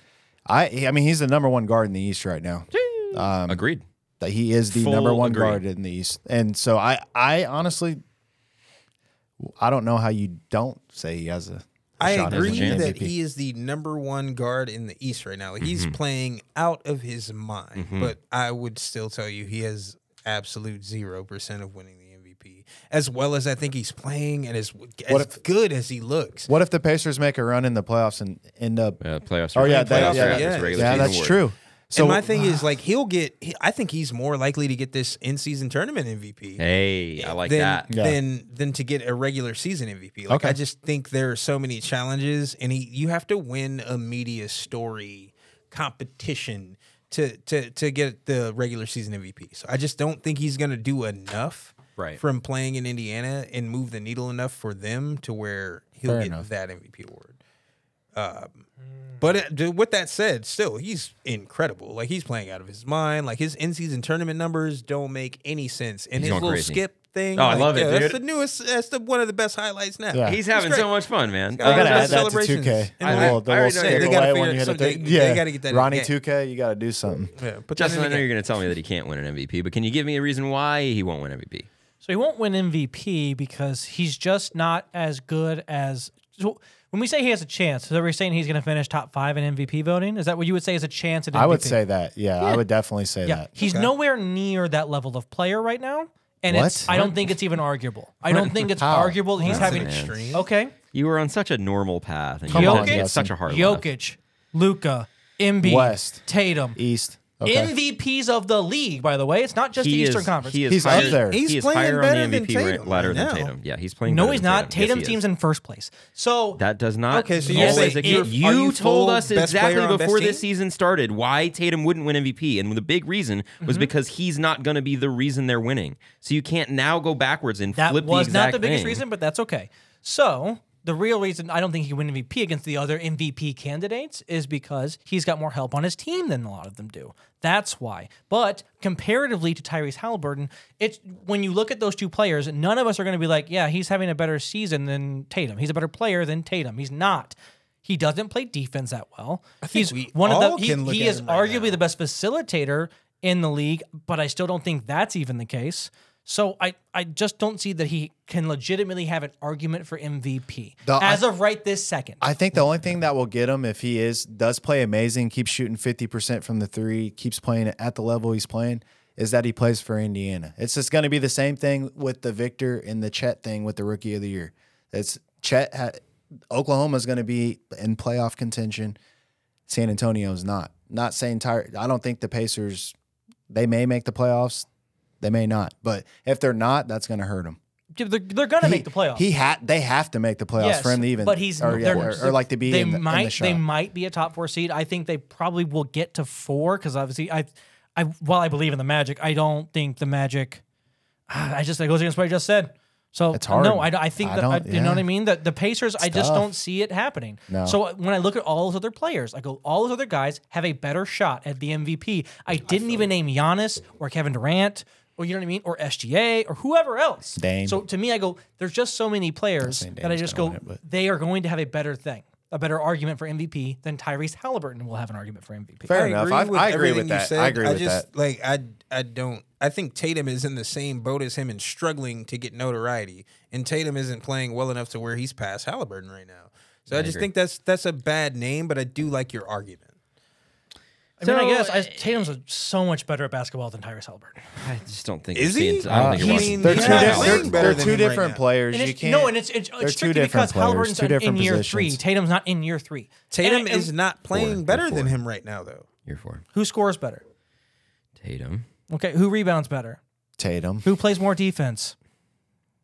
S4: I I mean, he's the number one guard in the East right now. um,
S1: Agreed.
S4: that he is the
S1: Full
S4: number one
S1: agree.
S4: guard in the East. And so I, I honestly, I don't know how you don't say he has a. a
S2: I
S4: shot at
S2: agree
S4: an
S2: that
S4: MVP.
S2: he is the number one guard in the East right now. Like,
S4: Mm-hmm.
S2: He's playing out of his mind, but I would still tell you he has absolute zero percent of winning the MVP. as well as I think he's playing and as as
S4: What
S2: good as he looks.
S4: What if the Pacers make a run in the playoffs and end up?
S1: Uh, playoffs.
S4: Oh, yeah,
S1: playoffs
S4: that-
S1: are
S4: yeah,
S1: after
S2: yeah.
S1: this regular
S4: yeah,
S1: season
S4: that's
S1: award.
S4: true. So
S2: and my thing is like he'll get. He, I think he's more likely to get this in season tournament MVP.
S1: Hey, I like
S2: than,
S1: that.
S4: Yeah.
S2: than than to get a regular season MVP. Like
S4: Okay.
S2: I just think there are so many challenges, and he, you have to win a media story competition to to to get the regular season MVP. So I just don't think he's going to do enough
S1: Right.
S2: from playing in Indiana and move the needle enough for them to where he'll
S4: Fair
S2: get
S4: enough.
S2: that MVP award. Um, but it, dude, with that said, still he's incredible. Like he's playing out of his mind. Like his in season tournament numbers don't make any sense, and
S1: He's
S2: his
S1: going
S2: little
S1: crazy.
S2: skip thing.
S1: Oh, I
S2: like,
S1: love it,
S2: yeah, That's the
S1: dude.
S2: newest. That's the one of the best highlights now.
S4: Yeah.
S1: He's having
S2: great.
S1: so much fun, man.
S2: I
S4: I gotta
S2: Uh,
S4: add that to
S2: celebrations.
S4: 2K.
S2: And
S4: The
S1: I-
S4: little- the
S1: I already
S4: little
S1: know you're
S4: skip
S1: gonna
S4: away
S2: figure
S4: when
S2: it-
S4: you hit
S2: so
S4: a
S2: they-
S4: thing.
S2: they
S4: Yeah,
S2: gotta get that in the
S4: Ronnie
S2: game.
S4: 2K. You got to do something.
S2: Yeah, put
S1: Justin, I know
S2: you
S1: you're going to tell me that he can't win an MVP, but can you give me a reason why he won't win MVP?
S3: So he won't win MVP because he's just not as good as. So when we say he has a chance, so we're saying he's going to finish top five in MVP voting. Is that what you would say is a chance at MVP?
S4: I would say that. Yeah, I would definitely say
S3: yeah.
S4: that.
S3: He's nowhere near that level of player right now, and it's,
S4: What?
S3: I don't think it's even arguable. I don't think it's
S4: How?
S3: arguable that he's
S2: That's
S3: having.
S2: an extreme.
S4: Oh,
S3: Okay,
S1: You were on such a normal path, and
S4: Come
S1: you
S3: on,
S1: had to get
S4: Justin.
S1: such a hard left.
S3: Jokic, Luca, Embiid,
S4: West.
S3: Tatum,
S4: East. Okay.
S3: MVPs of the league. By the way, it's not just
S1: He
S3: the
S1: is-
S3: Eastern Conference.
S1: He is
S4: He's
S1: higher,
S4: up there.
S1: he
S2: He's
S1: is
S2: playing
S1: higher
S2: better
S1: on the
S2: than
S1: MVP
S2: Tatum
S1: ra- ladder
S2: right
S1: than
S2: now.
S1: Tatum. Yeah, he's playing.
S3: no,
S1: better
S3: he's
S1: than Tatum,
S3: not. Tatum
S1: Yes, he is.
S3: teams in first place. So
S1: That does not.
S2: Okay, so
S3: you're
S1: always
S3: saying
S1: a-
S3: you're-
S1: you,
S2: are you
S1: told
S2: full
S1: us
S2: best player
S1: exactly
S2: on best
S1: before this
S2: team?
S1: season started why Tatum wouldn't win MVP, and the big reason
S2: Mm-hmm.
S1: was because he's not going to be the reason they're winning. So you can't now go backwards and
S3: that
S1: flip
S3: was
S1: the
S3: not
S1: exact
S3: the biggest
S1: thing.
S3: reason, but that's okay. So the real reason I don't think he can win MVP against the other MVP candidates is because he's got more help on his team than a lot of them do. That's why. But comparatively to Tyrese Halliburton, it's when you look at those two players, none of us are going to be like, yeah, he's having a better season than Tatum. He's a better player than Tatum. He's not. He doesn't play defense that well. he's
S2: we
S3: one of the
S2: all
S3: he,
S2: can look
S3: he
S2: at
S3: is
S2: him right
S3: arguably the best facilitator in the league, but I still don't think that's even the case. So I, I just don't see that he can legitimately have an argument for MVP
S4: The-
S3: as
S4: I-
S3: of right this second.
S4: I think the only thing that will get him if he is does play amazing, keeps shooting fifty percent from the three, keeps playing at the level he's playing, is that he plays for Indiana. It's just going to be the same thing with the Victor and the Chet thing with the Rookie of the Year. It's Chet. Ha- Oklahoma's going to be in playoff contention. San Antonio's not. Not saying tired. I don't think the Pacers. They may make the playoffs. They may not. But if they're not, that's going to hurt them.
S3: they're they're gonna make the playoffs.
S4: He had. They have to make the playoffs
S3: Yes,
S4: for him to even.
S3: But he's
S4: or, yeah,
S3: they're-
S4: or- or like to be.
S3: They
S4: in the, in the
S3: might
S4: shot.
S3: they might be a top four seed. I think they probably will get to four because obviously I, I while I believe in the Magic, I don't think the Magic. (sighs) ah, I just it goes against what I just said. So
S4: It's hard.
S3: No, I, I think
S4: I
S3: that I-
S4: don't-
S3: you know what I
S4: yeah.
S3: mean. That the Pacers, I just
S4: tough.
S3: don't see it happening.
S4: No.
S3: So uh, when I look at all those other players, I go, all those other guys have a better shot at the MVP. I didn't even name Giannis or Kevin Durant or you know what I mean or SGA or whoever else.
S4: Dame.
S3: So to me, I go, there's just so many players
S4: saying
S3: that I
S4: Dame's
S3: just
S4: gonna
S3: go,
S4: win it, but-
S3: they are going to have a better thing, a better argument for MVP than Tyrese Halliburton will have an argument for MVP.
S4: Fair enough. I agree, I, agree
S2: everything
S4: with
S2: you
S4: that.
S2: said.
S4: I agree with
S2: just,
S4: that.
S2: Like I, I don't. I think Tatum is in the same boat as him and struggling to get notoriety. And Tatum isn't playing well enough to where he's past Halliburton right now. So I, just think that's that's a bad name, but I do like your argument.
S3: I mean, I
S1: So,
S3: guess I,
S1: uh,
S3: Tatum's a- so much better at basketball than Tyrese Halliburton.
S1: I just don't think. it's
S2: Is
S1: the
S2: he?
S1: ins- I don't
S4: Uh,
S1: think it
S2: he's-
S1: was.
S4: they're two,
S2: he's
S4: di-
S2: not
S4: they're-
S2: playing better
S4: they're
S2: than
S4: two
S2: him right
S4: different
S2: now.
S4: players.
S3: And
S4: you
S3: it's,
S4: can't.
S3: no, and it's, it's, it's
S4: they're two
S3: strictly
S4: different
S3: because
S4: players,
S3: Halliburton's
S4: two
S3: in, in
S4: different
S3: year
S4: positions.
S3: three. Tatum's not in year three.
S2: Tatum
S3: And- and
S2: is not playing better than him right now, though.
S1: You're for
S3: Who scores better?
S1: Tatum.
S3: Okay, who rebounds better?
S4: Tatum.
S3: Who plays more defense?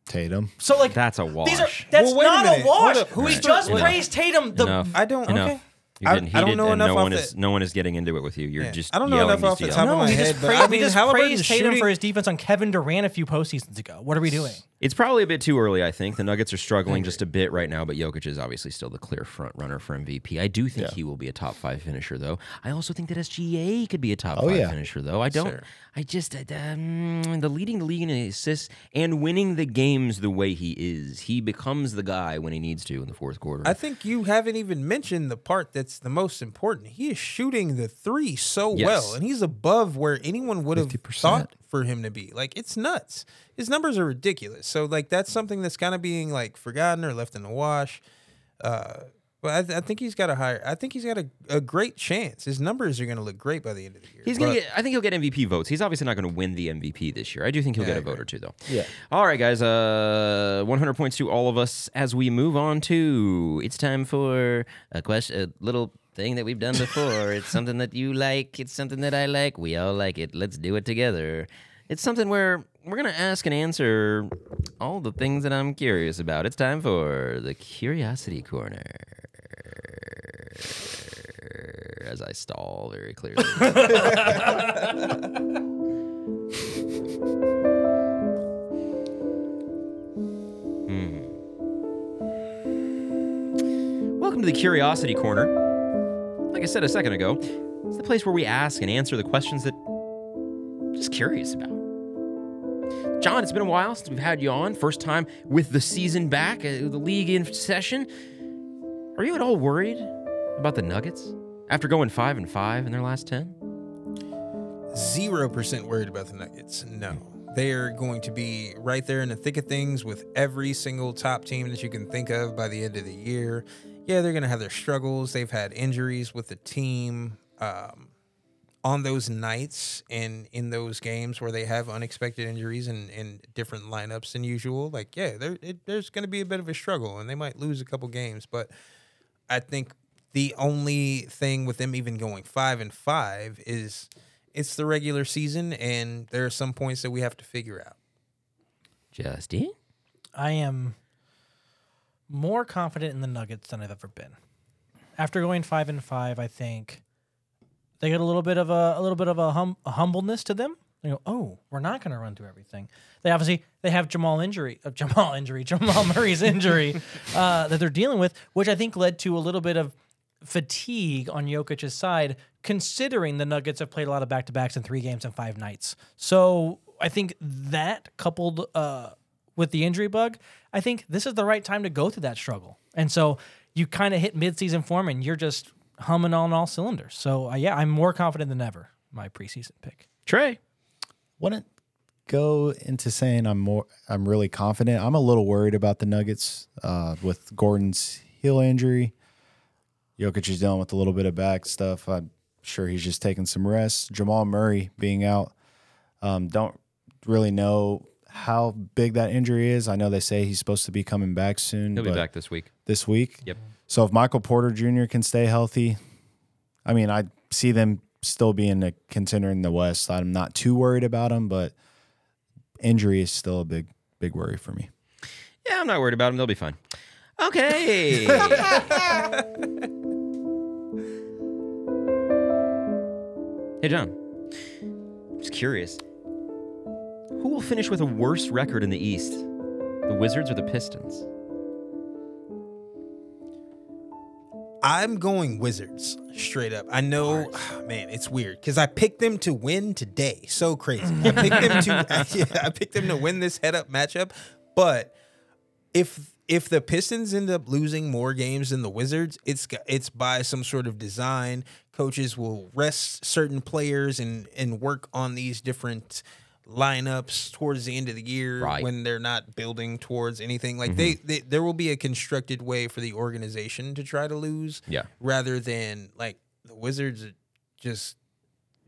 S4: Tatum.
S3: So like
S1: That's a wash.
S3: these are that's
S2: Well, wait a
S3: not a,
S2: minute.
S3: wash.
S2: Hold up.
S3: We
S2: Who's
S3: just
S2: the-
S3: praised Tatum. The
S1: enough.
S2: I don't-
S1: Enough.
S2: okay.
S1: You're
S2: I-
S1: getting
S2: I don't
S1: heated,
S2: know
S1: and
S2: enough
S1: no
S2: off
S1: one is
S2: it.
S1: no one is getting into it with you. You're just
S2: I don't know
S1: yelling
S2: enough off
S1: these
S2: the
S1: yells.
S2: top of
S3: No,
S2: my
S3: we
S2: head,
S3: just,
S2: but
S3: praised,
S2: I
S3: we
S2: mean,
S3: just
S2: Halliburton's
S3: praised Tatum for
S2: shooting-
S3: his defense on Kevin Durant a few postseasons ago. What are we doing?
S1: It's probably a bit too early, I think. The Nuggets are struggling just a bit right now, but Jokic is obviously still the clear front runner for MVP. I do think he will be a top five finisher, though. I also think that SGA could be a top five
S4: yeah.
S1: finisher, though. I don't. I just uh, um, the leading the league in assists and winning the games the way he is. He becomes the guy when he needs to in the fourth quarter.
S2: I think you haven't even mentioned the part that's the most important. He is shooting the three so
S1: Yes.
S2: well, and he's above where anyone would have thought for him to be. Like it's nuts. His numbers are ridiculous. So like that's something that's kind of being like forgotten or left in the wash. Uh, Well, I, th- I think he's got a higher. I think he's got a, a great chance. His numbers are going to look great by the end of the year.
S1: He's gonna
S2: But
S1: get. I think he'll get MVP votes. He's obviously not going to win the MVP this year. I do think he'll get a vote or two though. Yeah. All right, guys. Uh, 100 points to all of us as we move on to. It's time for a question. A little thing that we've done before. it's something that you like. It's something that I like. We all like it. Let's do it together. It's something where we're gonna ask and answer all the things that I'm curious about. It's time for the curiosity corner. As I stall very clearly. Welcome to the Curiosity Corner. Like I said a second ago, it's the place where we ask and answer the questions that I'm just curious about. John, it's been a while since we've had you on. First time with the season back, uh, the league in session. Are you at all worried about the Nuggets after going five and five in their last ten?
S2: zero percent worried about the Nuggets. No, they are going to be right there in the thick of things with every single top team that you can think of by the end of the year. Yeah, they're going to have their struggles. They've had injuries with the team um, on those nights and in those games where they have unexpected injuries and, and different lineups than usual. Like, yeah, there, it, there's going to be a bit of a struggle, and they might lose a couple games, but. I think the only thing with them even going five and five is it's the regular season, and there are some points that we have to figure out.
S1: Justin,
S3: I am more confident in the Nuggets than I've ever been. After going five and five, I think they get a little bit of a, a little bit of a, hum, a humbleness to them. They go, oh, we're not going to run through everything. They obviously they have Jamal injury, uh, Jamal (laughs) injury, Jamal Murray's (laughs) injury uh, that they're dealing with, which I think led to a little bit of fatigue on Jokic's side, considering the Nuggets have played a lot of back to backs in three games and five nights. So I think that coupled uh, with the injury bug, I think this is the right time to go through that struggle. And so you kind of hit midseason form and you're just humming on all cylinders. So uh, yeah, I'm more confident than ever, my preseason pick.
S1: Trey,
S4: wouldn't go into saying I'm more I'm really confident. I'm a little worried about the Nuggets uh, with Gordon's heel injury. Jokic is dealing with a little bit of back stuff. I'm sure he's just taking some rest. Jamal Murray being out. Um, don't really know how big that injury is. I know they say he's supposed to be coming back soon.
S1: he'll be
S4: but-
S1: back this week.
S4: this week.
S1: Yep.
S4: So if Michael Porter Jr. can stay healthy, I mean, I see them still being a contender in the West. I'm not too worried about them, but injury is still a big, big worry for me.
S1: Yeah, I'm not worried about them. They'll be fine. Okay. (laughs) hey, John. Just curious. Who will finish with a worse record in the East? The Wizards or the Pistons?
S2: I'm going Wizards straight up. I know, ah, man, it's weird because I picked them to win today. So crazy. I picked them to, (laughs) yeah, I picked them to win this head-up matchup, but if if the Pistons end up losing more games than the Wizards, it's g- it's by some sort of design. Coaches will rest certain players and and work on these different lineups towards the end of the year
S1: Right.
S2: when they're not building towards anything. Like they, they there will be a constructed way for the organization to try to lose
S1: Yeah.
S2: rather than like the Wizards are just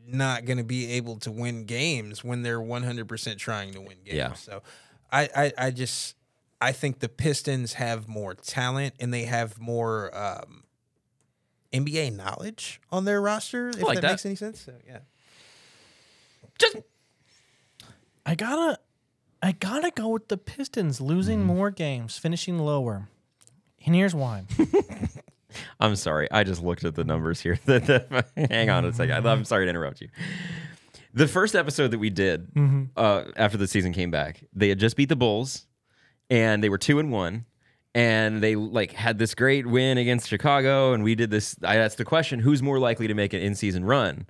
S2: not going to be able to win games when they're 100% trying to win games.
S1: Yeah.
S2: So I, I, I just, I think the Pistons have more talent and they have more um, NBA knowledge on their roster, if
S1: like
S2: that,
S1: that.
S2: makes any sense. So, yeah.
S1: Just
S3: I gotta, I gotta go with the Pistons losing more games, finishing lower. And here's why.
S1: I'm sorry. I just looked at the numbers here. (laughs) The- the- Hang on a second. I'm sorry to interrupt you. The first episode that we did uh, after the season came back, they had just beat the Bulls, and they were two and one, and they like had this great win against Chicago. And we did this. I asked the question: Who's more likely to make an in-season run,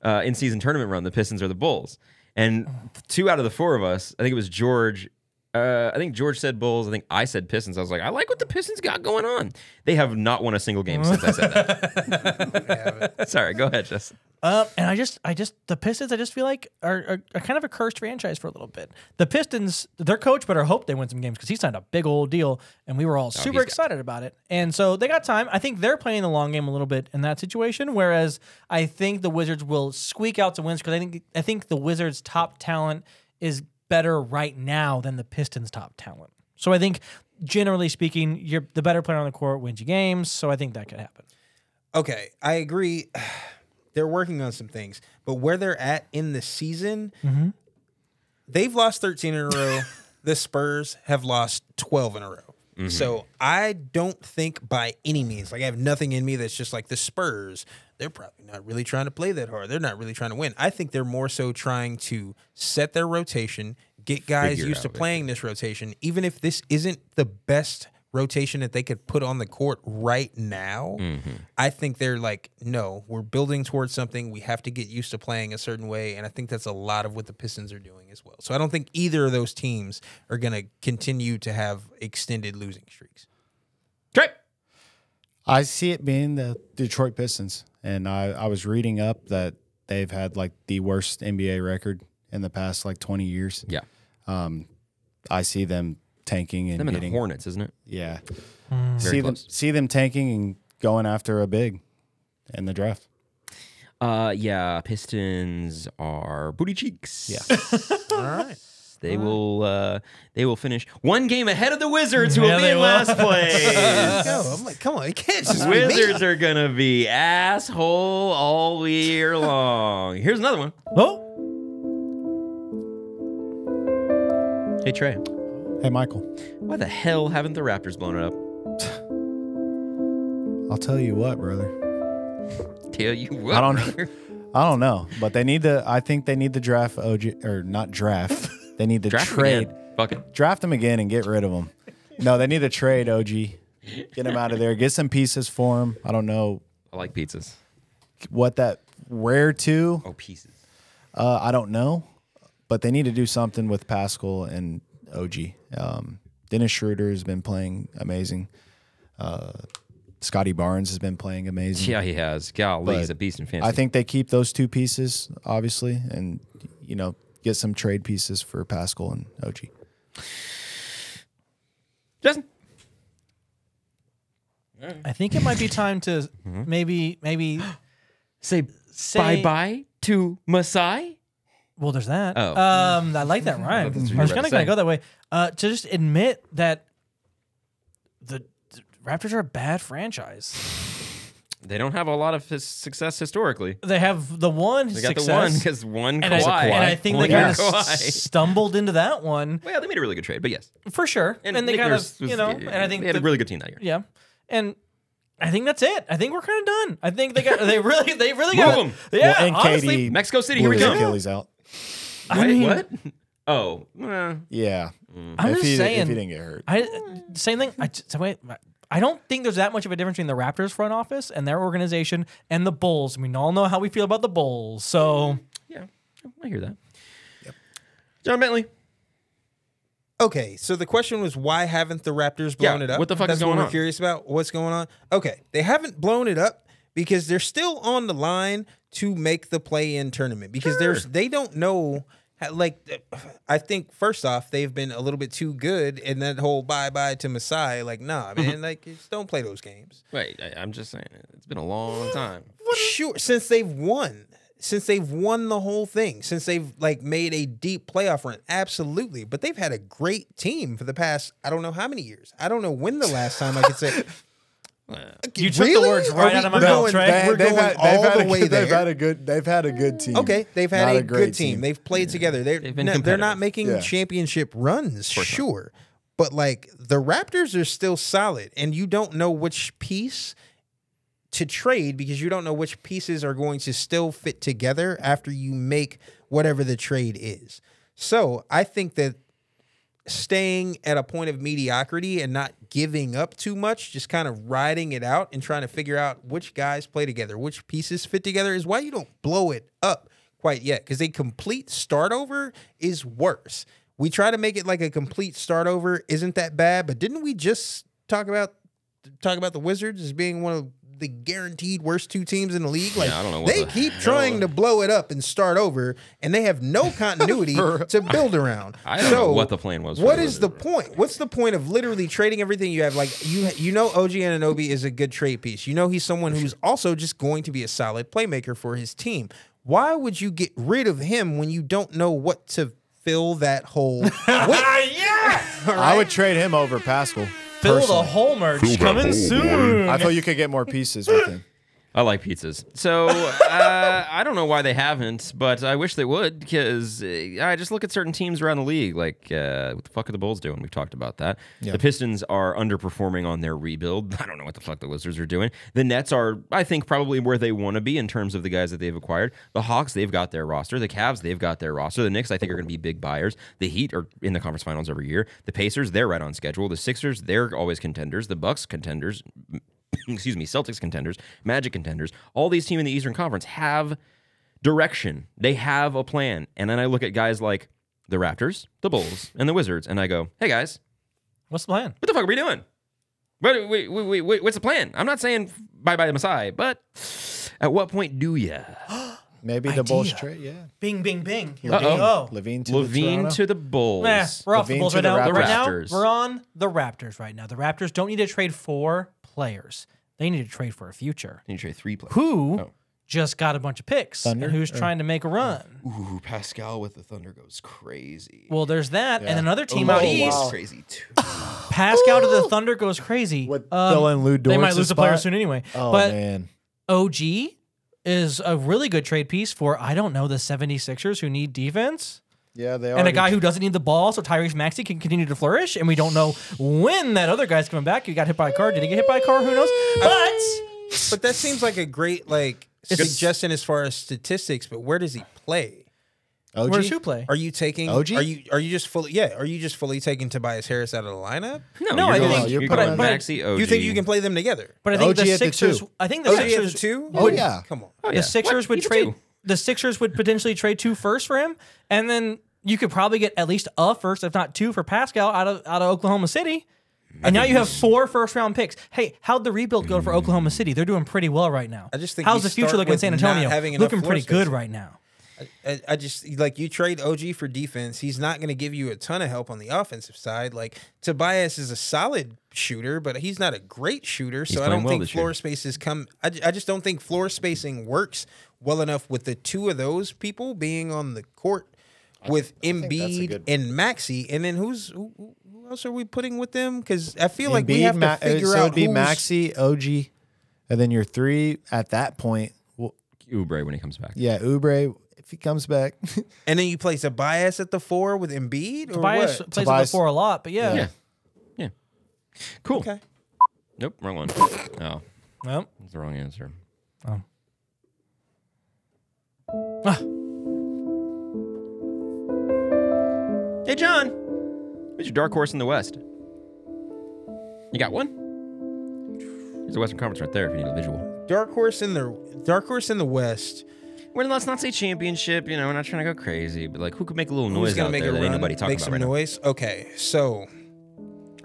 S1: uh, in-season tournament run? The Pistons or the Bulls? And two out of the four of us, I think it was George uh, I think George said Bulls. I think I said Pistons. I was like, I like what the Pistons got going
S2: (laughs)
S1: on. They have not won a single game since I said that. Sorry, go ahead, Justin.
S3: Uh, and I just, I just, the Pistons, I just feel like are, are, are kind of a cursed franchise for a little bit. The Pistons, their coach better hope they win some games because he signed a big old deal, and we were all super
S1: got-
S3: excited about it. And so they got time. I think they're playing the long game a little bit in that situation. Whereas I think the Wizards will squeak out some wins because I think I think the Wizards' top talent is better right now than the Pistons' top talent. So I think, generally speaking, you're the better player on the court wins your games. So I think that could happen.
S2: Okay, I agree. (sighs) They're working on some things, but where they're at in the season, they've lost 13 in a row. the Spurs have lost 12 in a row.
S1: Mm-hmm.
S2: So I don't think by any means, like I have nothing in me that's just like the Spurs. They're probably not really trying to play that hard. They're not really trying to win. I think they're more so trying to set their rotation, get guys
S1: Figure
S2: used
S1: out
S2: to
S1: what they
S2: playing this rotation, even if this isn't the best rotation that they could put on the court right now. I think they're like, no, we're building towards something. We have to get used to playing a certain way. And I think that's a lot of what the Pistons are doing as well. So I don't think either of those teams are going to continue to have extended losing streaks.
S1: Trey.
S4: I see it being the Detroit Pistons. And I, I was reading up that they've had like the worst NBA record in the past like 20 years.
S1: Yeah.
S4: I see them tanking and
S1: Them and the
S4: getting
S1: Hornets, isn't it?
S4: yeah.
S1: Hmm. Very
S4: See them
S1: close.
S4: see them tanking and going after a big in the draft.
S1: Uh, yeah. Pistons are booty cheeks. Yeah. (laughs)
S2: All right.
S1: They will. Uh, they will finish one game ahead of the Wizards, who will
S3: Yeah,
S1: be
S3: they
S1: in
S3: will.
S1: last
S2: (laughs)
S1: place.
S2: No, I'm like, come on, it can't just be me.
S1: Wizards are gonna be asshole all year long. Here's another one.
S3: Oh,
S1: Hey Trey,
S4: Hey Michael,
S1: why the hell haven't the Raptors blown it up?
S4: I'll tell you what, brother.
S1: Tell you what,
S4: I (laughs) don't-
S1: brother.
S4: I don't know, but they need the I think they need the draft OG or not draft. (laughs) They need
S1: (laughs)
S4: to
S1: Draft 'em
S4: trade
S1: again. Fuck it.
S4: draft them again and get rid of them. No, they need to trade OG. Get him out of there. Get some pieces for him. I don't know
S1: I like pizzas.
S4: what that where to.
S1: Oh, pieces.
S4: Uh, I don't know, but they need to do something with Pascal and OG. Um, Dennis Schroeder has been playing amazing. Uh, Scotty Barnes has been playing amazing.
S1: Yeah, he has. Golly, he's
S4: But
S1: a beast in fantasy.
S4: I think they keep those two pieces, obviously, and you know get some trade pieces for Pascal and OG.
S1: Justin.
S3: I think it
S1: (laughs)
S3: might be time to
S1: Mm-hmm.
S3: maybe, maybe. (gasps)
S1: Say,
S3: Say-
S1: bye bye to Masai.
S3: Well, there's that.
S1: Oh.
S3: Um, I
S1: (laughs)
S3: like that rhyme.
S1: what you
S3: I was
S1: were
S3: kind
S1: about to
S3: of going
S1: say.
S3: to go that way. Uh, to just admit that the, the Raptors are a bad franchise.
S1: They don't have a lot of his success historically.
S3: They have the one
S1: They got
S3: success,
S1: the one because one
S3: and,
S1: Kawhi.
S3: I, and I think
S1: One
S3: they kind of
S1: Kawhi.
S3: stumbled into that one
S1: Well, they made a really good trade, but yes,
S3: for sure. And, they
S1: Nick
S3: kind of,
S1: Nurse was-
S3: you know, and I think
S1: they had
S3: the-
S1: a really good team that year.
S3: Yeah, and I think that's it. I think we're kind of done. I think they got they really they really
S1: Move
S3: got
S1: 'em.
S3: Yeah,
S4: well, and
S3: honestly,
S4: Katie
S1: Mexico City, here
S4: blew
S1: we
S4: his
S1: come.
S4: Achilles out.
S1: Wait,
S3: mean-
S1: what? (laughs) Oh, eh.
S4: Yeah,
S3: I'm
S4: if
S3: just
S4: he,
S3: saying.
S4: if he didn't get hurt.
S3: I same thing. I just- wait. I don't think there's that much of a difference between the Raptors front office and their organization and the Bulls. We all know how we feel about the Bulls. So
S1: yeah, I hear that. Yep. John Bentley.
S2: Okay, so the question was why haven't the Raptors blown
S1: Yeah,
S2: it up?
S1: what the fuck
S2: That's
S1: is going
S2: what we're
S1: on?
S2: Curious about what's going on. Okay, they haven't blown it up because they're still on the line to make the play-in tournament because there's they don't know. how- Like, I think first off, they've been a little bit too good, and that whole bye bye to Masai, like, nah,
S1: Mm-hmm.
S2: man, like, just don't play those games.
S1: Wait, I, I'm just saying it's been a long time.
S2: Sure, since they've won, since they've won the whole thing, since they've like made a deep playoff run, absolutely. But they've had a great team for the past I don't know how many years. I don't know when the last time I
S3: (laughs)
S2: could say.
S3: You took the words
S2: Are
S3: right out of my
S2: we're
S3: mouth,
S2: going-
S3: Trey. They-
S2: We're going all the way (laughs)
S4: good,
S2: there.
S4: They've had a good. They've had a good team.
S2: Okay, they've had
S4: Not
S2: a,
S4: great
S2: good team. They've played together. They're
S1: They've been
S2: no, they're not
S1: competitive.
S2: making
S4: Yeah.
S2: championship runs, sure, but like the Raptors are still solid, and you don't know which piece to trade because you don't know which pieces are going to still fit together after you make whatever the trade is. So I think that staying at a point of mediocrity and not giving up too much, just kind of riding it out and trying to figure out which guys play together, which pieces fit together is why you don't blow it up quite yet. Because a complete start over is worse. We try to make it like a complete start over isn't that bad, but didn't we just talk about talk about the Wizards as being one of the guaranteed worst two teams in the league. Like
S1: I don't know what
S2: they
S1: the
S2: keep
S1: hell-
S2: trying to blow it up and start over, and they
S1: (laughs)
S2: have no continuity to build around.
S1: I don't
S2: so,
S1: know what the plan was for
S2: What
S1: the
S2: is the point? What's the point of literally trading everything you have? Like you, you know, OG Ananobi is a good trade piece. You know, he's someone who's also just going to be a solid playmaker for his team. Why would you get rid of him when you don't know what to fill
S1: (laughs)
S2: that hole? with?
S4: I would trade him over Pascal.
S3: Fill the
S4: personally.
S3: whole merch coming soon.
S4: I thought you could get more pieces with him.
S1: I like pizzas. So uh, I don't know why they haven't, but I wish they would because I just look at certain teams around the league. Like, uh, what the fuck are the Bulls doing? We've talked about that. The Pistons are underperforming on their rebuild. (laughs) I don't know what the fuck the Wizards are doing. The Nets are, I think, probably where they want to be in terms of the guys that they've acquired. The Hawks, they've got their roster. The Cavs, they've got their roster. The Knicks, I think, are going to be big buyers. The Heat are in the conference finals every year. The Pacers, they're right on schedule. The Sixers, they're always contenders. The Bucks, contenders (clears throat) excuse me, Celtics contenders, Magic contenders, all these teams in the Eastern Conference have direction. They have a plan. And then I look at guys like the Raptors, the Bulls, and the Wizards, and I go, hey guys,
S3: What's the plan?
S1: what the fuck are we doing? What, wait, wait, wait, wait, what's the plan? I'm not saying bye bye to Masai, but at what point do ya?
S4: Maybe the Bulls
S3: Idea.
S4: trade. Yeah,
S3: Bing, bing, bing. Here
S1: Uh-oh.
S3: we go.
S4: Levine to
S1: Levine
S4: the
S1: to the Bulls.
S3: Nah, we're off the
S4: Levine
S3: Bulls right
S4: to
S3: now.
S4: the Raptors.
S3: Right now,
S1: Raptors.
S3: we're on the Raptors right now. The Raptors don't need to trade for players. They need to trade for a future.
S1: You trade three players.
S3: Who just got a bunch of picks
S4: Thunder?
S3: and who's trying to make a run?
S1: Ooh, Pascal with the Thunder goes crazy.
S3: Well, there's that, and another team out
S1: He's
S3: east.
S1: crazy too.
S3: Pascal to the Thunder goes crazy.
S4: With
S3: Um,
S4: Dylan Lou
S3: they might
S4: Dort's
S3: lose a player
S4: spot?
S3: soon anyway.
S4: Oh
S3: but
S4: man,
S3: OG is a really good trade piece for I don't know the 76ers who need defense.
S4: yeah, they are.
S3: and a guy who doesn't need the ball, so Tyrese Maxey can continue to flourish. And we don't know when that other guy's coming back. He got hit by a car. Did he get hit by a car? Who knows? But
S2: But that seems like a great like suggestion as far as statistics. But where does he play?
S4: OG?
S3: where's who play?
S2: Are you taking?
S4: OG?
S2: Are you are you just fully? Yeah. Are you just fully taking Tobias Harris out of the lineup?
S1: No,
S3: No,
S1: you're
S3: I
S1: going,
S3: think-
S1: you're
S4: you're
S1: going
S4: putting- but-
S1: Maxi, OG.
S2: You think you can play them together?
S3: But I think
S4: OG
S3: the
S4: at the
S3: Sixers.
S4: two.
S3: I think the
S2: OG
S3: Sixers
S2: at the two?
S4: Oh, yeah.
S2: Come on.
S1: Oh, yeah.
S3: The Sixers
S1: What?
S3: would
S1: He's a
S3: trade.
S1: two.
S3: The Sixers would potentially trade two firsts for him, and then you could probably get at least a first, if not two, for Pascal out of out of Oklahoma City. And now you have four first round picks. Hey, how'd the rebuild go for Oklahoma City? They're doing pretty well right now.
S2: Mm. I just think
S3: how's
S2: you
S3: the future
S2: start
S3: looking in
S2: with
S3: San
S2: not
S3: Antonio?
S2: having enough
S3: Looking
S2: floor
S3: pretty good
S2: spacing.
S3: right now.
S2: I, I just like you trade OG for defense. He's not going to give you a ton of help on the offensive side. Like Tobias is a solid shooter, but he's not a great shooter. so I
S1: playing
S2: don't
S1: well
S2: think
S1: this year.
S2: floor spaces come. I, ju- I just don't think floor spacing works well enough with the two of those people being on the court with Embiid
S4: good-
S2: and Maxi. And then who's who, who who else are we putting with them? Because I feel like
S4: Embiid,
S2: we have
S4: Ma- uh,
S2: to figure
S4: so
S2: out
S4: it'd be
S2: who's-
S4: Maxi, OG, and then your three at that point. Well,
S1: Oubre when he comes back.
S4: yeah, Ubre if he comes back. (laughs)
S2: And then you play Tobias at the four with Embiid or
S3: Tobias
S2: what?
S3: plays
S4: Tobias-
S3: with the four a lot, but yeah.
S1: Yeah. Yeah. Cool.
S2: Okay.
S1: Nope, wrong one. Oh,
S3: Well,
S1: that's the wrong answer.
S3: ah,
S1: Hey, John. Who's your dark horse in the West? You got one? There's a Western Conference right there if you need a visual.
S2: Dark horse in the dark horse in the West.
S1: Well, let's not say championship. You know, we're not trying to go crazy, but like, who could make a little noise
S2: Who's gonna
S1: out
S2: make
S1: there
S2: a
S1: that ain't
S2: run?
S1: nobody talking
S2: make
S1: about
S2: some
S1: right now?
S2: noise. Okay, so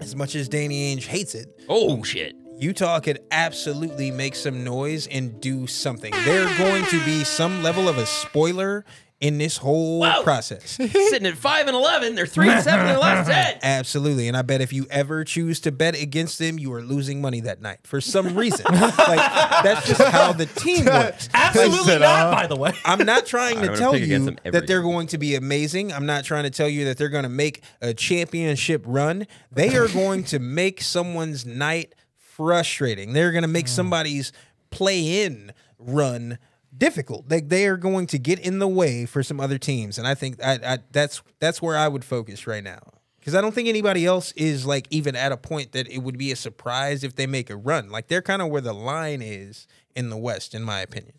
S2: as much as Danny Ainge hates it,
S1: Oh shit!
S2: Utah could absolutely make some noise and do something. They're going to be some level of a spoiler in this whole process.
S1: Sitting at five and eleven, they're three and seven in the
S2: (laughs)
S1: last ten.
S2: Absolutely. And I bet if you ever choose to bet against them, you are losing money that night for some reason. like that's just how the team works.
S3: absolutely not. By the way,
S2: I'm not trying
S1: I'm
S2: to
S1: gonna
S2: tell
S1: pick against
S2: you
S1: them every
S2: that they're
S1: year.
S2: going to be amazing. I'm not trying to tell you that they're going to make a championship run. They are going to make someone's night frustrating. They're going to
S1: Hmm.
S2: make somebody's play in run difficult. Like they are going to get in the way for some other teams, and I think I, I, that's that's where I would focus right now. Because I don't think anybody else is like even at a point that it would be a surprise if they make a run. Like they're kind of where the line is in the West, in my opinion.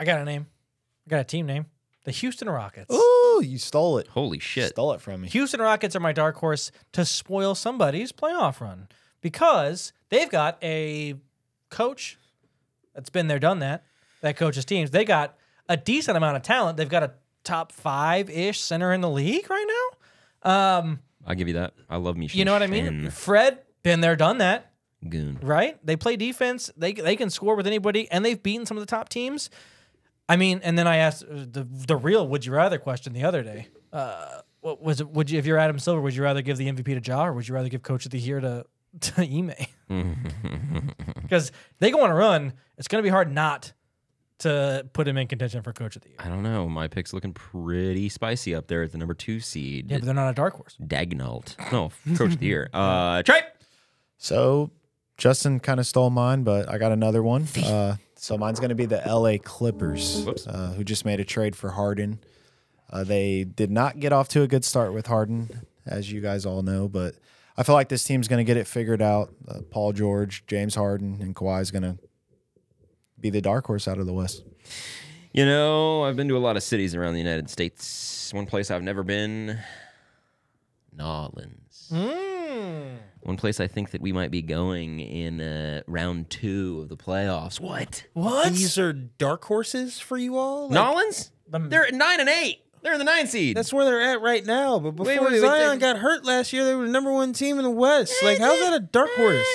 S3: I got a name. I got a team name. The Houston Rockets.
S4: Ooh, you stole it.
S1: Holy shit!
S4: Stole it from me.
S3: Houston Rockets are my dark horse to spoil somebody's playoff run because they've got a coach that's been there, done that. That coaches teams. They got a decent amount of talent. They've got a top five ish center in the league right now. Um,
S1: I'll give you that. I love me.
S3: You know what I mean? Fred, been there, done that.
S1: Goon.
S3: right? They play defense. They they can score with anybody, and they've beaten some of the top teams. I mean, and then I asked uh, the the real would you rather question the other day. Uh, what was it? Would you if you're Adam Silver, would you rather give the MVP to Ja or would you rather give Coach of the Year to (laughs) to
S4: (laughs)
S3: Ime? Because they go on a run, it's going to be hard not to put him in contention for Coach of the Year.
S1: I don't know. My pick's looking pretty spicy up there at the number two seed.
S3: Yeah, but they're not a dark horse.
S1: Dagnalt.
S2: (laughs)
S1: No, coach of the year. Uh, Trey.
S4: So Justin kind of stole mine, but I got another one. Uh, so mine's going to be the LA Clippers, uh, who just made a trade for Harden. Uh, they did not get off to a good start with Harden, as you guys all know, but I feel like this team's going to get it figured out. Uh, Paul George, James Harden, and Kawhi is going to be the dark horse out of the West.
S1: You know, I've been to a lot of cities around the United States. One place I've never been, Nolans.
S2: Hmm.
S1: One place I think that we might be going in uh, round two of the playoffs. What?
S3: What?
S2: These are dark horses for you all. Like,
S1: Nolans? They're at nine and eight. They're in the nine seed.
S2: That's where they're at right now. But before
S1: Wait, wait, wait,
S2: Zion
S1: they-
S2: got hurt last year, they were the number one team in the West. Like, how's that a dark horse?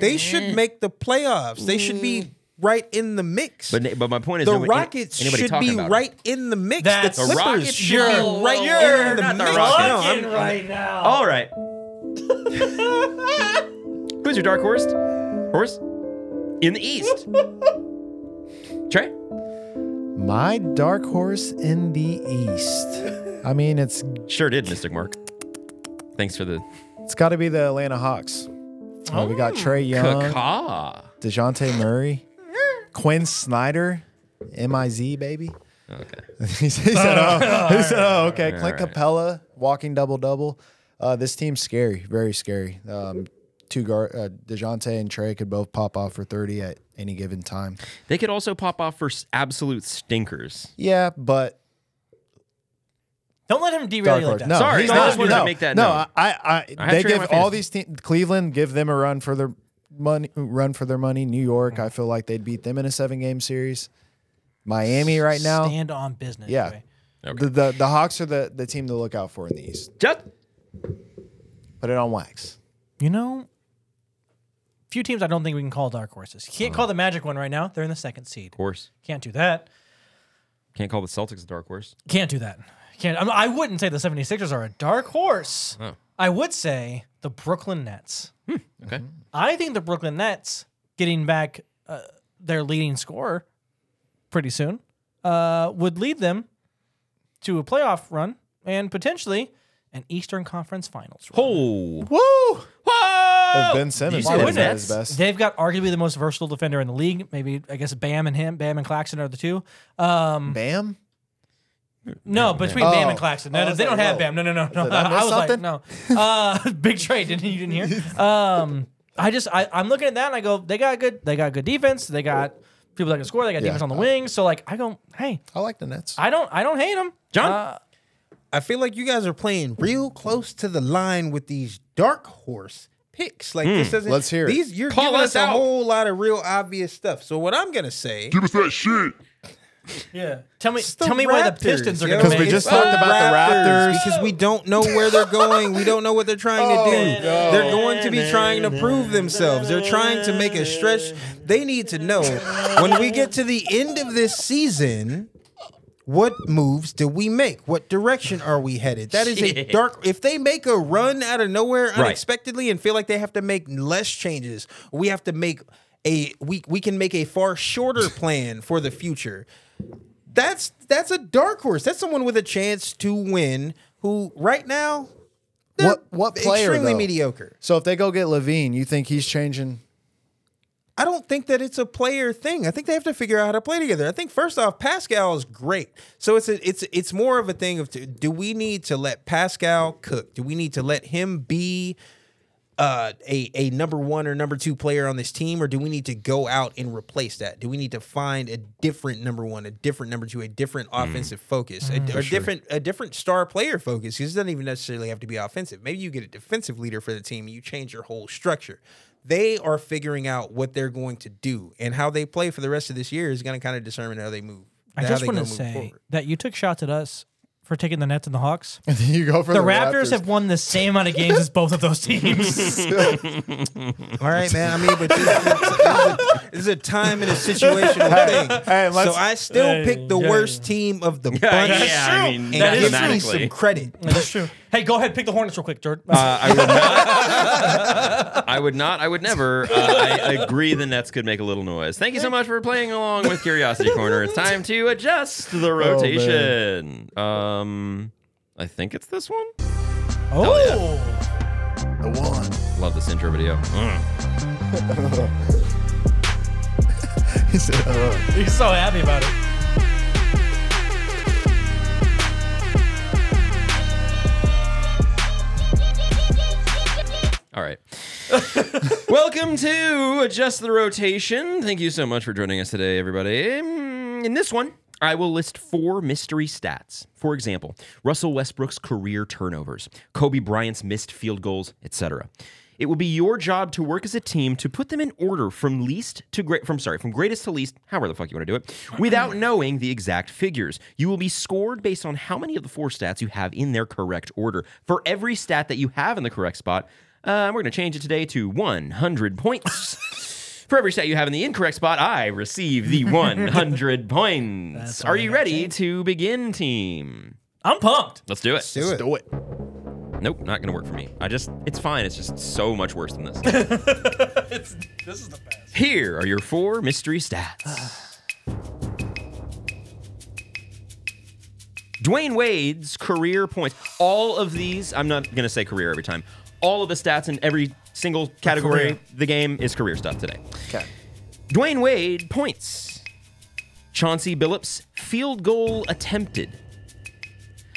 S2: They should make the playoffs. They should be right in the mix.
S1: Mm. but, na- but my point is,
S2: the
S1: nobody- an-
S2: Rockets
S1: anybody
S2: should
S1: talking
S2: be
S1: about it.
S2: right in the mix.
S3: That's-
S2: the
S1: The
S2: Clippers
S1: Rockets
S2: should
S1: should
S2: be
S1: be-
S2: right
S1: You're
S2: in the
S1: not the
S2: mix.
S1: Rockets.
S2: No, I'm-
S3: right now.
S1: All right. Who's your dark horse? Horse? In the East. Trey?
S4: My dark horse in the East. I mean, it's
S1: Sure did, Mystic Mark. Thanks for the
S4: it's got to be the Atlanta Hawks. Uh, we got Trey Young.
S1: Uh, caca.
S4: DeJounte Murray, Quinn Snyder, M-I-Z, baby. (laughs) Okay. he said, oh, he said, oh, okay. Clint Capella, walking double-double. Uh, this team's scary, very scary. Um, two guard, uh, DeJounte and Trey could both pop off for 30 at any given time.
S1: They could also pop off for s- absolute stinkers.
S4: Yeah, but
S3: Don't let him derail
S4: dark
S3: you like
S4: horse.
S3: that.
S4: No,
S1: Sorry,
S4: he's
S1: I
S4: not.
S1: just wanted to
S4: no,
S1: make that
S4: no,
S1: known.
S4: I, I,
S1: I had
S4: they
S1: Trey on
S4: give
S1: my
S4: all
S1: fantasy.
S4: these teams. Cleveland give them a run for their money, run for their money. New York, I feel like they'd beat them in a seven-game series. Miami right now.
S3: Stand on business.
S4: Yeah.
S3: Trey.
S4: The, the the Hawks are the, the team to look out for in the East.
S1: Just
S4: Put it on wax.
S3: You know, few teams I don't think we can call dark horses. Can't call the Magic one right now. They're in the second seed.
S1: horse.
S3: Can't do that.
S1: Can't call the Celtics a dark horse.
S3: Can't do that. Can't. I'm- I wouldn't say the 76ers are a dark horse. I would say the Brooklyn Nets. Mm-hmm.
S1: okay.
S3: I think the Brooklyn Nets getting back uh, their leading scorer pretty soon uh, would lead them to a playoff run and potentially an Eastern Conference Finals. Run.
S1: Oh.
S4: Woo!
S1: Whoa!
S4: ben Simmons
S1: Did you
S4: plays
S1: see the
S4: at
S1: Nets?
S4: his best.
S3: They've got arguably the most versatile defender in the league. Maybe I guess Bam and him, Bam and Claxton are the two. Um,
S4: Bam.
S3: no, between Bam
S4: Oh.
S3: and Claxton, no,
S4: Oh, I
S3: no,
S4: was
S3: they
S4: like,
S3: don't have
S4: whoa.
S3: Bam. No, no, no, no.
S4: Did I
S3: (laughs)
S4: miss
S3: I was like,
S4: something?
S3: no. Uh, (laughs) big trade. Didn't you didn't
S4: (laughs)
S3: hear? Um, I just I, I'm looking at that and I go, they got good. They got good defense. They got people that can score. They got
S4: Yeah.
S3: defense on the wing. So like I go, hey,
S4: I like the Nets.
S3: I don't I don't hate them.
S1: John?
S2: I feel like you guys are playing real close to the line with these dark horse picks. Like this doesn't.
S4: Let's hear it.
S2: these. You're
S1: Hmm. Call
S2: giving
S1: us
S2: us a
S1: out.
S2: whole lot of real obvious stuff. So what I'm gonna say.
S3: yeah. Tell me
S2: It's
S3: tell me where the Pistons are
S2: yo.
S3: going to
S4: Because
S3: make. it.
S4: we just talked about the Raptors.
S2: because we don't know where they're going. We don't know what they're trying to do.
S4: no.
S2: They're going to be trying to prove themselves. They're trying to make a stretch. They need to know when we get to the end of this season. What moves do we make? What direction are we headed?
S3: (laughs)
S2: That is a
S1: Shit.
S2: dark. If they make a run out of nowhere unexpectedly and feel like they have to make less changes, we have to make a we we can make a far shorter plan for the future that's that's a dark horse. That's someone with a chance to win. Who right now? they're
S4: what what player?
S2: Extremely
S4: though?
S2: mediocre.
S4: So if they go get Levine, you think he's changing? (laughs)
S2: I don't think that it's a player thing. I think they have to figure out how to play together. I think first off, Pascal is great. So it's a, it's it's more of a thing of do we need to let Pascal cook? Do we need to let him be uh, a a number one or number two player on this team, or do we need to go out and replace that? Do we need to find a different number one, a different number two, a different offensive focus,
S3: Mm.
S2: a, a different a different star player focus? Because it doesn't even necessarily have to be offensive. Maybe you get a defensive leader for the team, and you change your whole structure. They are figuring out what they're going to do and how they play for the rest of this year is going to kind of determine how they move.
S3: I
S2: how
S3: just
S2: they
S3: want to
S2: go move
S3: say
S2: forward.
S3: that you took shots at us for taking the Nets and the Hawks.
S4: And then you go for
S3: The,
S4: the,
S3: Raptors,
S4: (laughs)
S3: have won the same amount of games as both of those teams.
S2: All right, man. I mean, (laughs) but this, this, is a, this is a time and a situational thing.
S4: hey, let's-
S2: so I still
S3: Hey,
S2: pick the
S3: yeah,
S2: worst team of the bunch.
S1: yeah, I mean,
S2: and
S3: That is
S2: give me
S1: dramatically.
S2: some credit.
S3: That's true. (laughs) Hey, go ahead, pick the Hornets real quick, Jordan.
S1: Uh, I would not. Uh, I would not. I would never. Uh, I agree the Nets could make a little noise. Thank you so much for playing along with Curiosity Corner. It's time to adjust the rotation. um, I think it's this one.
S3: oh,
S4: the one.
S1: Love this intro video. Mm.
S4: (laughs) He said, oh.
S3: he's so happy about it.
S1: All right. (laughs) Welcome to Adjust the Rotation. Thank you so much for joining us today, everybody. Mm, In this one, I will list four mystery stats. For example, Russell Westbrook's career turnovers, Kobe Bryant's missed field goals, etc. It will be your job to work as a team to put them in order from least to great from sorry, from greatest to least, however the fuck you want to do it, without knowing the exact figures. You will be scored based on how many of the four stats you have in their correct order. For every stat that you have in the correct spot, uh, we're going to change it today to 100 points. For every stat you have in the incorrect spot, I receive the 100 points. Are you ready to begin, team?
S3: I'm pumped.
S1: Let's do it.
S2: Do it.
S4: do it.
S1: Nope, not going to work for me. I just, it's fine. It's just so much worse than this.
S3: This is the best.
S1: Here are your four mystery stats. Dwayne Wade's career points. All of these, I'm not going to say career every time. All of the stats in every single category,
S3: career.
S1: the game is career stuff today. Okay. Dwayne Wade points. Chauncey Billups field goal attempted.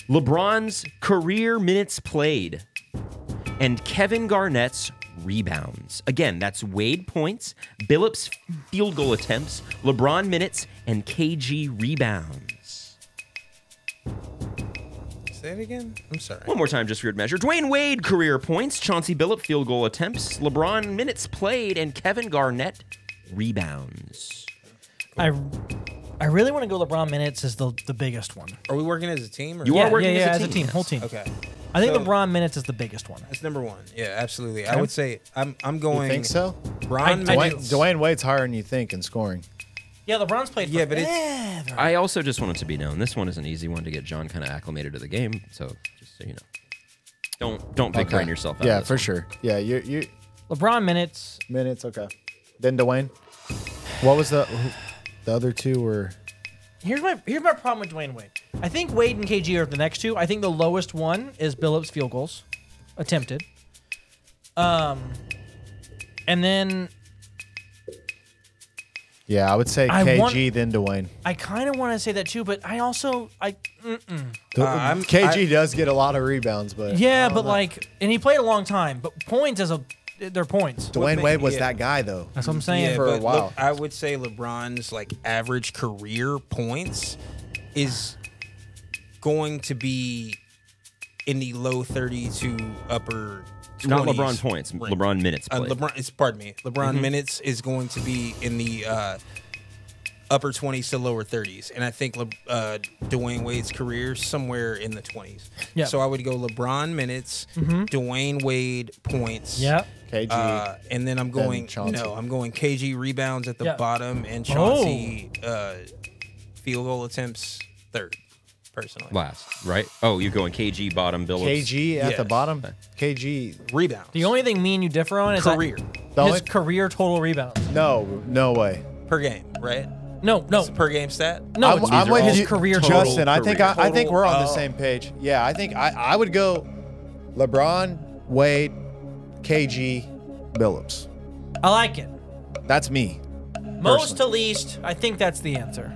S1: LeBron's career minutes played and Kevin Garnett's rebounds. Again, that's Wade points, Billups field goal attempts, LeBron minutes, and KG rebounds.
S2: Say it again. I'm sorry.
S1: One more time, just for good measure. Dwayne Wade career points, Chauncey Billup field goal attempts, LeBron minutes played, and Kevin Garnett rebounds.
S3: I, I really want to go. LeBron minutes is the the biggest one.
S2: Are we working as a team? Or
S1: You
S3: yeah,
S1: are working
S3: yeah, yeah,
S1: as, a team.
S3: whole team.
S2: Okay.
S3: I think
S2: So-
S3: LeBron minutes is the biggest one.
S2: That's number one. Yeah, absolutely. I would say I'm. I'm going.
S4: You think so?
S2: Bron
S3: I
S4: Dwayne,
S3: do.
S2: minutes.
S4: Dwayne Wade's higher than you think in scoring.
S3: Yeah, LeBron's played.
S2: Yeah, but it's-
S3: forever.
S1: I also just want it to be known this one is an easy one to get John kind of acclimated to the game. So just so you know, don't don't big brain yourself out. of
S4: Yeah,
S1: this
S4: for
S1: one.
S4: sure. Yeah, you you
S3: LeBron minutes.
S4: minutes okay. Then Dwayne. What was the who- the other two were?
S3: Here's my here's my problem with Dwayne Wade. I think Wade and KG are the next two. I think the lowest one is Billups field goals attempted. Um, and then
S4: Yeah, I would say
S3: I
S4: KG
S3: want-
S4: then Dwayne.
S3: I kind of want to say that too, but I also I mm-mm.
S4: The-
S2: Uh, I'm-
S4: KG does get a lot of rebounds, but
S3: yeah, but like, and he played a long time, but points as a they're points.
S4: Dwayne Wade was
S2: yeah.
S4: that guy though.
S3: That's what I'm saying.
S2: yeah,
S4: for a
S2: but look,
S4: while.
S2: I would say LeBron's like average career points is going to be in the low 30 to upper. 20s.
S1: Not LeBron points,
S2: range.
S1: LeBron minutes
S2: Uh,
S1: played.
S2: LeBron, it's, pardon me. LeBron
S3: Mm-hmm.
S2: minutes is going to be in the uh, upper 20s to lower 30s, and I think Le, uh, Dwayne Wade's career somewhere in the 20s.
S3: Yeah. Mm-hmm.
S2: So I would go LeBron minutes, Dwayne Wade points.
S3: yeah.
S4: KG.
S2: Uh, and then I'm going
S4: Chauncey.
S2: no, I'm going KG rebounds at the
S3: Yeah. Oh.
S2: bottom and Chauncey uh, field goal attempts third, personally.
S1: last, right? Oh, you're going KG bottom, Billups.
S4: KG at the
S2: Yes.
S4: bottom. KG.
S2: Rebounds.
S3: The only thing me and you differ on is I-
S2: career
S4: The
S3: his
S4: only-
S3: career total rebounds.
S4: no, no way.
S2: per game, right?
S3: No, no,
S2: It's a per game stat.
S3: no.
S4: I'm,
S3: it's
S4: I'm
S1: are all
S4: with you,
S3: career total.
S4: Justin. I think I,
S1: career.
S4: I think we're on the
S2: Total, oh.
S4: same page. Yeah, I think I, I would go LeBron, Wade, KG, Billups.
S3: I like it.
S4: That's me.
S3: Most to least, I think that's the answer.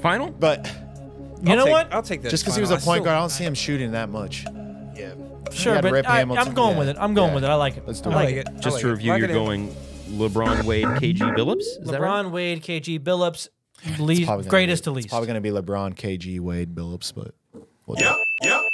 S1: Final?
S4: But
S3: You know
S2: take-
S3: what?
S2: I'll take that.
S4: just because
S2: as
S4: he was a
S2: final.
S4: point
S2: I
S4: guard, I don't see him shooting that much.
S2: still-
S3: Sure,
S4: had
S3: but
S4: Rip
S3: I,
S4: Hamilton.
S3: am going
S4: Yeah.
S3: with it. I'm going
S4: Yeah.
S3: with it. I like it.
S4: Let's do
S3: I
S4: it.
S2: Yeah, I
S3: like
S2: like
S3: it.
S2: it. I
S1: Just
S2: like
S1: to
S2: it.
S1: review,
S2: Lock
S1: you're
S2: it in.
S1: going LeBron Wade, KG Billups. Is that right?
S3: LeBron, Wade, KG, Billups,
S4: It's probably
S3: least,
S4: gonna
S3: greatest
S4: be,
S3: to
S4: it's
S3: least.
S4: Probably going to be LeBron, KG, Wade, Billups, but we'll do it.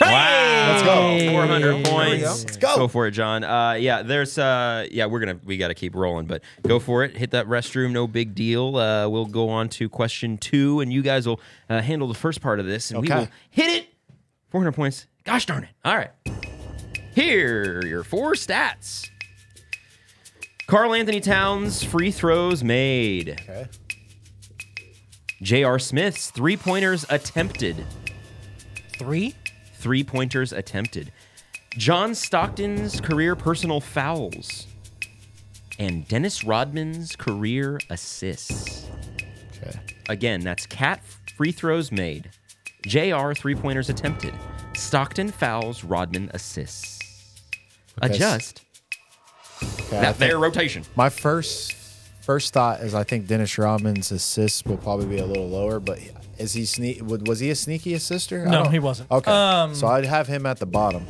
S3: Hey!
S1: Let's go. 400
S2: There we
S1: points.
S2: go.
S1: Let's go. Go for it, John. Uh, yeah, there's. Uh, yeah, we're gonna we gotta keep rolling, but go for it. Hit that restroom. No big deal. Uh, we'll go on to question two, and you guys will uh, handle the first part of this, and we
S4: Okay.
S1: will hit it. 400 points. Gosh darn it. All right. Here are your four stats. Carl Anthony Towns free throws made.
S4: Okay.
S1: J.R. Smith's three pointers attempted.
S3: Three.
S1: Three pointers attempted. John Stockton's career personal fouls. And Dennis Rodman's career assists.
S4: Okay.
S1: Again, that's Cat free throws made. JR three pointers attempted. Stockton fouls, Rodman assists.
S4: Okay,
S1: Adjust
S4: Okay, I
S1: that
S4: think-
S1: their rotation.
S4: My first first thought is I think Dennis Rodman's assists will probably be a little lower, but is he sneak? Was he a sneaky assister? I
S3: No,
S4: don't-
S3: he wasn't.
S4: Okay,
S3: Um,
S4: so I'd have him at the bottom.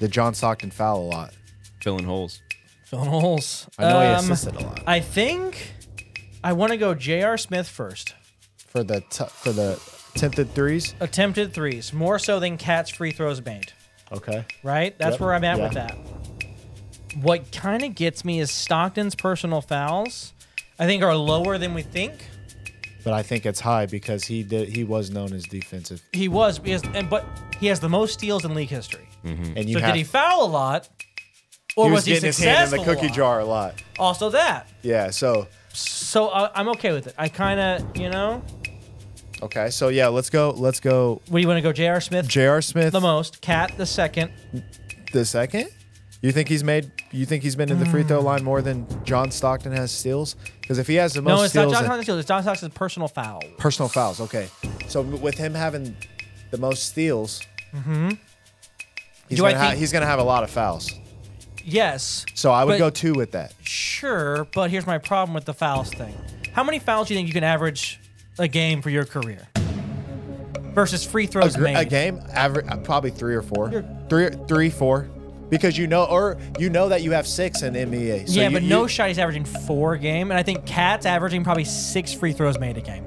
S4: The John Stockton foul a lot.
S1: Filling holes.
S3: Filling holes.
S4: I know
S3: Um,
S4: he assisted a lot
S3: I think I want to go J.R. Smith first.
S4: for the t- for the attempted threes.
S3: Attempted threes, more so than Cat's free throws made.
S4: Okay,
S3: Right? That's
S4: Yep.
S3: where I'm at with
S4: Yeah.
S3: that. What kind of gets me is Stockton's personal fouls. I think are lower than we think.
S4: but I think it's high because he did he was known as defensive,
S3: He was, he has, and but he has the most steals in league history.
S4: and you
S3: So
S4: have
S3: did he foul a lot, or was, he
S4: getting his hand
S3: successful?
S4: in the
S3: a
S4: cookie
S3: lot?
S4: jar a lot.
S3: Also that.
S4: Yeah, so
S3: So I I'm okay with it. I kind of, you know,
S4: okay, so yeah, let's go let's go.
S3: what do you want to go? J.R. Smith
S4: J.R. Smith
S3: the most, Cat the second.
S4: the second? You think he's made? You think he's been in the free throw line more than John Stockton has steals? Because if he has the most
S3: No, it's not
S4: steals,
S3: John
S4: and-
S3: Stockton's steals. It's John Stockton's personal foul.
S4: personal fouls. Okay, so with him having the most steals, he's,
S3: Mm-hmm. Do
S4: gonna
S3: I
S4: ha-
S3: think-
S4: he's gonna have a lot of fouls.
S3: Yes,
S4: So I would
S3: But-
S4: go two with that.
S3: sure, but here's my problem with the fouls thing. How many fouls do you think you can average a game for your career versus free
S4: A,
S3: throws
S4: gr-
S3: made?
S4: a game, average, probably three or four, three, three, four, because you know, or you know that you have six in NBA. So
S3: yeah,
S4: you-
S3: but no
S4: you-
S3: shot. He's averaging four a game, and I think Cat's averaging probably six free throws made a game.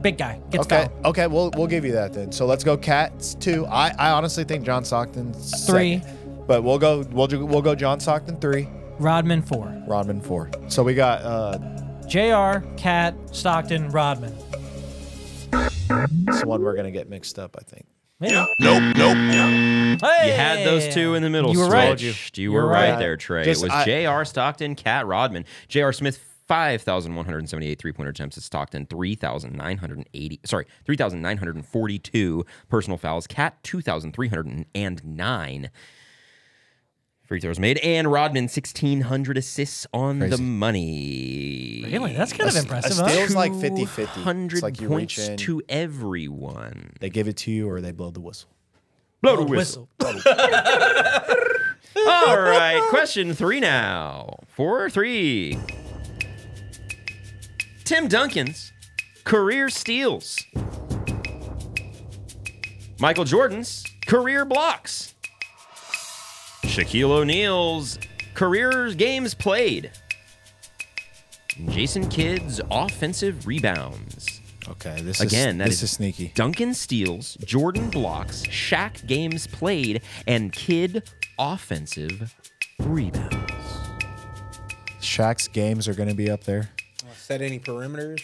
S3: Big guy gets
S4: Okay.
S3: fouled.
S4: Okay. We'll we'll give you that then. So let's go Cats two. I, I honestly think John Stockton
S3: Three.
S4: second. but we'll go we'll ju- we'll go John Stockton three,
S3: Rodman four.
S4: Rodman four. So we got uh
S3: Jr. Cat Stockton Rodman.
S4: this one we're gonna get mixed up. I think.
S3: Nope. Nope. Hey!
S1: You had those two in the middle.
S3: You were right.
S1: Stretch. You, were right, there, Trey.
S4: Just-
S1: it was
S4: I-
S1: J.R. Stockton, Cat Rodman, J.R. Smith. 5,178 three-pointer attempts at Stockton, 3,980, sorry, 3,942 personal fouls, Cat 2,309 free throws made, and Rodman 1,600 assists on the money.
S3: Really, that's kind of impressive.
S4: A
S3: huh?
S4: steal's like 50 50.
S1: 100
S4: It's like you reach
S1: points
S4: in,
S1: to everyone.
S4: they give it to you, or they blow the whistle.
S1: Blow the
S3: Whistle.
S1: All right, question three now. Four, three. Tim Duncan's career steals. Michael Jordan's career blocks. Shaquille O'Neal's career games played. Jason Kidd's offensive rebounds.
S4: Okay, this
S1: Again,
S4: is
S1: that
S4: this is,
S1: is-
S4: sneaky.
S1: Duncan steals, Jordan blocks, Shaq games played, and Kid offensive rebounds.
S4: Shaq's games are going to be up there.
S2: Set any perimeters?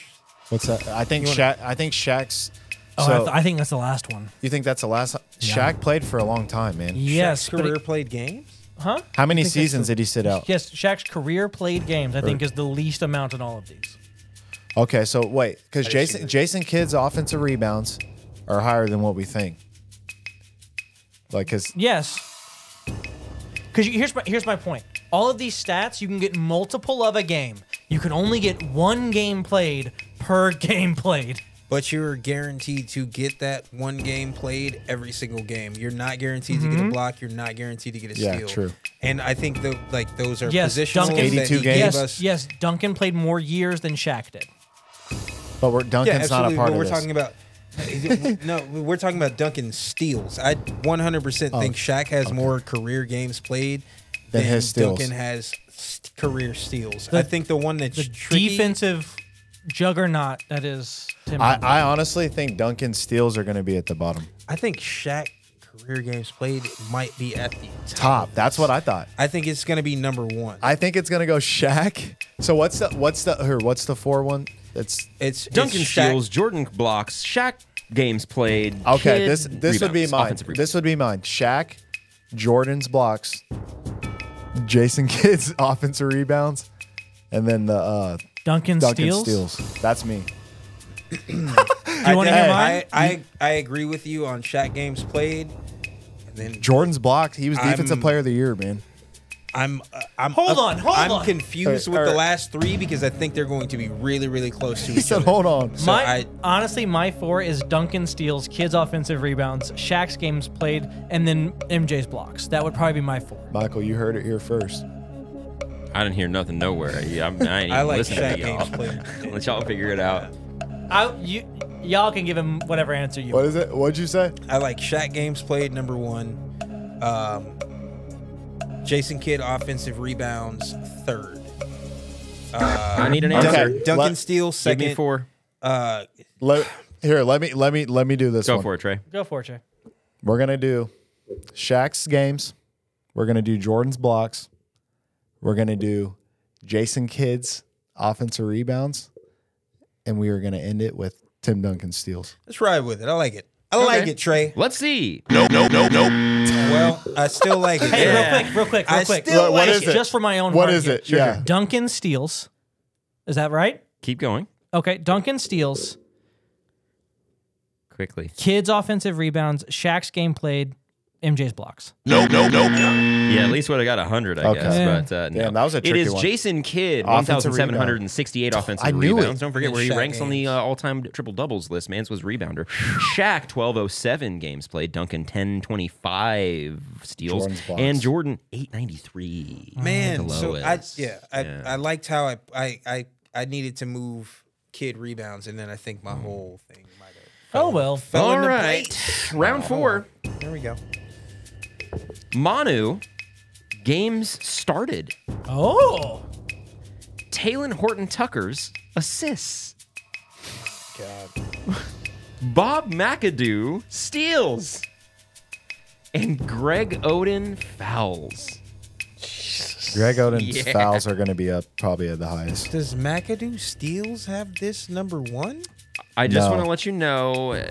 S4: What's that? I think Shaq. I think Shaq's.
S3: Oh, I,
S4: so
S3: th- I think that's the last one.
S4: you think that's the last? Shaq played for a long time, man.
S3: Yes, but
S2: Career
S3: it-
S2: played games?
S3: huh?
S4: How many seasons did he sit out?
S3: Yes, Shaq's career played games, I think, is the least amount in all of these.
S4: Okay, so wait, because Jason Jason Kidd's offensive rebounds are higher than what we think. Like his
S3: Yes. Because here's my here's my point. All of these stats, you can get multiple of a game. You can only get one game played per (laughs) game played.
S2: But you're guaranteed to get that one game played every single game. You're not guaranteed to get
S3: Mm-hmm.
S2: a block. You're not guaranteed to get a
S4: Yeah,
S2: steal.
S4: true.
S2: And I think the like those are
S3: Yes,
S2: positional
S3: Duncan.
S2: that he
S4: 82
S2: gave
S4: games.
S2: us-
S3: Yes, yes, Duncan played more years than Shaq did.
S4: but we're,
S2: Yeah,
S4: Duncan's not a
S2: absolutely.
S4: part
S2: but
S4: of
S2: we're
S4: this.
S2: talking about. (laughs) no, we're talking about Duncan steals. I 100% think Shaq has more career games played
S4: Oh, Than his steals.
S2: Duncan has st- career steals. I think the one that's
S3: The
S2: tricky,
S3: defensive juggernaut that is Tim.
S4: I,
S3: Duncan.
S4: I honestly think Duncan's steals are going to be at the bottom.
S2: I think Shaq career games played might be at the
S4: Top. That's what I thought.
S2: I think it's going to be number one.
S4: I think it's gonna go Shaq. So what's the what's the here, what's the four one? That's
S2: it's
S1: Duncan
S2: it's Shaq-
S1: steals, Jordan blocks, Shaq games played.
S4: okay.
S1: kid
S4: This this would be
S1: rebounds,
S4: mine.
S1: offensive rebounds.
S4: This would be mine. Shaq, Jordan's blocks, Jason (laughs) Kidd's offensive rebounds, and then the uh,
S3: Duncan,
S4: Duncan
S3: steals.
S4: steals. That's me.
S2: I,
S3: wanna
S2: think-
S4: hear
S2: I,
S4: mine?
S2: I I agree with you on Shaq games played. And then
S4: Jordan's blocked. He was defensive
S2: I'm-
S4: player of the year, man.
S2: I'm uh, I'm
S3: Hold on, hold
S2: I'm
S3: on.
S2: confused
S4: Or-
S2: with the
S4: or-
S2: last three because I think they're going to be really really close to
S4: er- He
S2: each
S4: said,
S2: other.
S4: "Hold on."
S2: So
S3: my
S2: I-
S3: honestly, my four is Duncan steals, kids offensive rebounds, Shaq's games played, and then MJ's blocks. That would probably be my four.
S4: Michael, you heard it here first.
S1: I didn't hear nothing nowhere. Yeah, I'm, I
S4: (laughs)
S1: ain't
S2: I like
S1: listening
S2: Shaq
S1: to y'all.
S2: games
S1: (laughs)
S2: played.
S1: Let y'all figure it out.
S3: I, you, y'all can give him whatever answer you.
S4: What
S3: want.
S4: is it? What'd you say?
S2: I like Shaq games played number one. Um, Jason Kidd offensive rebounds third.
S1: I need an
S4: Okay.
S1: answer.
S2: Duncan, Duncan
S4: Let-
S2: Steele
S1: Give
S2: second.
S1: me four.
S2: Uh,
S4: Let, here, let me let me let me do this
S1: Go
S4: one.
S1: for it, Trey.
S3: Go for it, Trey.
S4: We're gonna do Shaq's games. We're gonna do Jordan's blocks. We're gonna do Jason Kidd's offensive rebounds, and we are gonna end it with Tim Duncan steals.
S2: let's ride with it. I like it. I like it, Trey.
S1: Let's see.
S2: Well, I still like it.
S3: Hey,
S2: Trey.
S3: real quick, real quick, real
S2: I
S3: quick.
S2: still
S4: What- what like is it. it?
S3: Just for my own.
S4: What
S3: heart
S4: is
S3: here.
S4: it? Yeah.
S3: Duncan steals. Is that right?
S1: Keep going
S3: Okay. Duncan steals.
S1: quickly.
S3: Kids offensive rebounds. Shaq's game played. MJ's blocks.
S1: Yeah, at least would have got 100, I
S4: Mm-hmm. Okay.
S1: guess.
S3: Yeah.
S1: But uh, no.
S4: Damn, that was a
S1: It
S4: tricky
S1: is
S4: one.
S1: Jason Kidd,
S4: Offensive
S1: 1,768 offensive
S4: I knew it.
S1: rebounds. Don't forget
S2: Yeah,
S1: where he
S2: Shaq
S1: ranks on the
S2: games.
S1: uh, all-time triple doubles list. Man's was rebounder. Shaq, 1,207 games played. Duncan, 1,025 steals.
S4: Jordan's blocks.
S1: And Jordan, 893.
S2: Man,
S1: The
S2: so I
S1: lowest.
S2: yeah, I,
S1: Yeah.
S2: I liked how I, I I I needed to move kid rebounds, and then I think my whole thing might have
S3: Oh well.
S2: fell
S1: Mm. All
S2: into
S1: right.
S2: place.
S1: Round four.
S2: There we go.
S1: Manu, games started.
S3: Oh.
S1: Taylon Horton Tucker's assists. (laughs) Bob McAdoo steals. And Greg Oden fouls.
S4: Greg Oden's
S1: (laughs) Yeah.
S4: fouls are gonna be up probably at the highest.
S2: Does McAdoo Steals have this number one?
S1: I just
S4: No.
S1: want to let you know uh,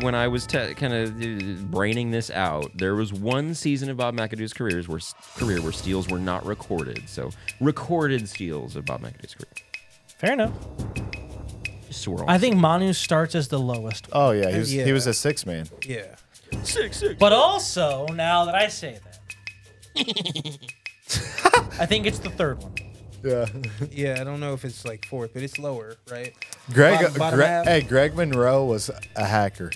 S1: when I was te- kind of uh, braining this out, there was one season of Bob McAdoo's careers where career where steals were not recorded. So recorded steals of Bob McAdoo's career.
S3: Fair enough.
S1: Just so we're all
S3: I think Manu starts as the lowest.
S4: Oh yeah, he was
S2: Yeah.
S4: he was a six man.
S2: Yeah.
S1: six six.
S3: But also, now that I say that, (laughs) I think it's the third one.
S4: Yeah.
S2: Yeah, I don't know if it's like fourth, but it's lower, right?
S4: Greg,
S2: Bottom- bottom
S4: Gre-
S2: half.
S4: hey, Greg Monroe was a hacker.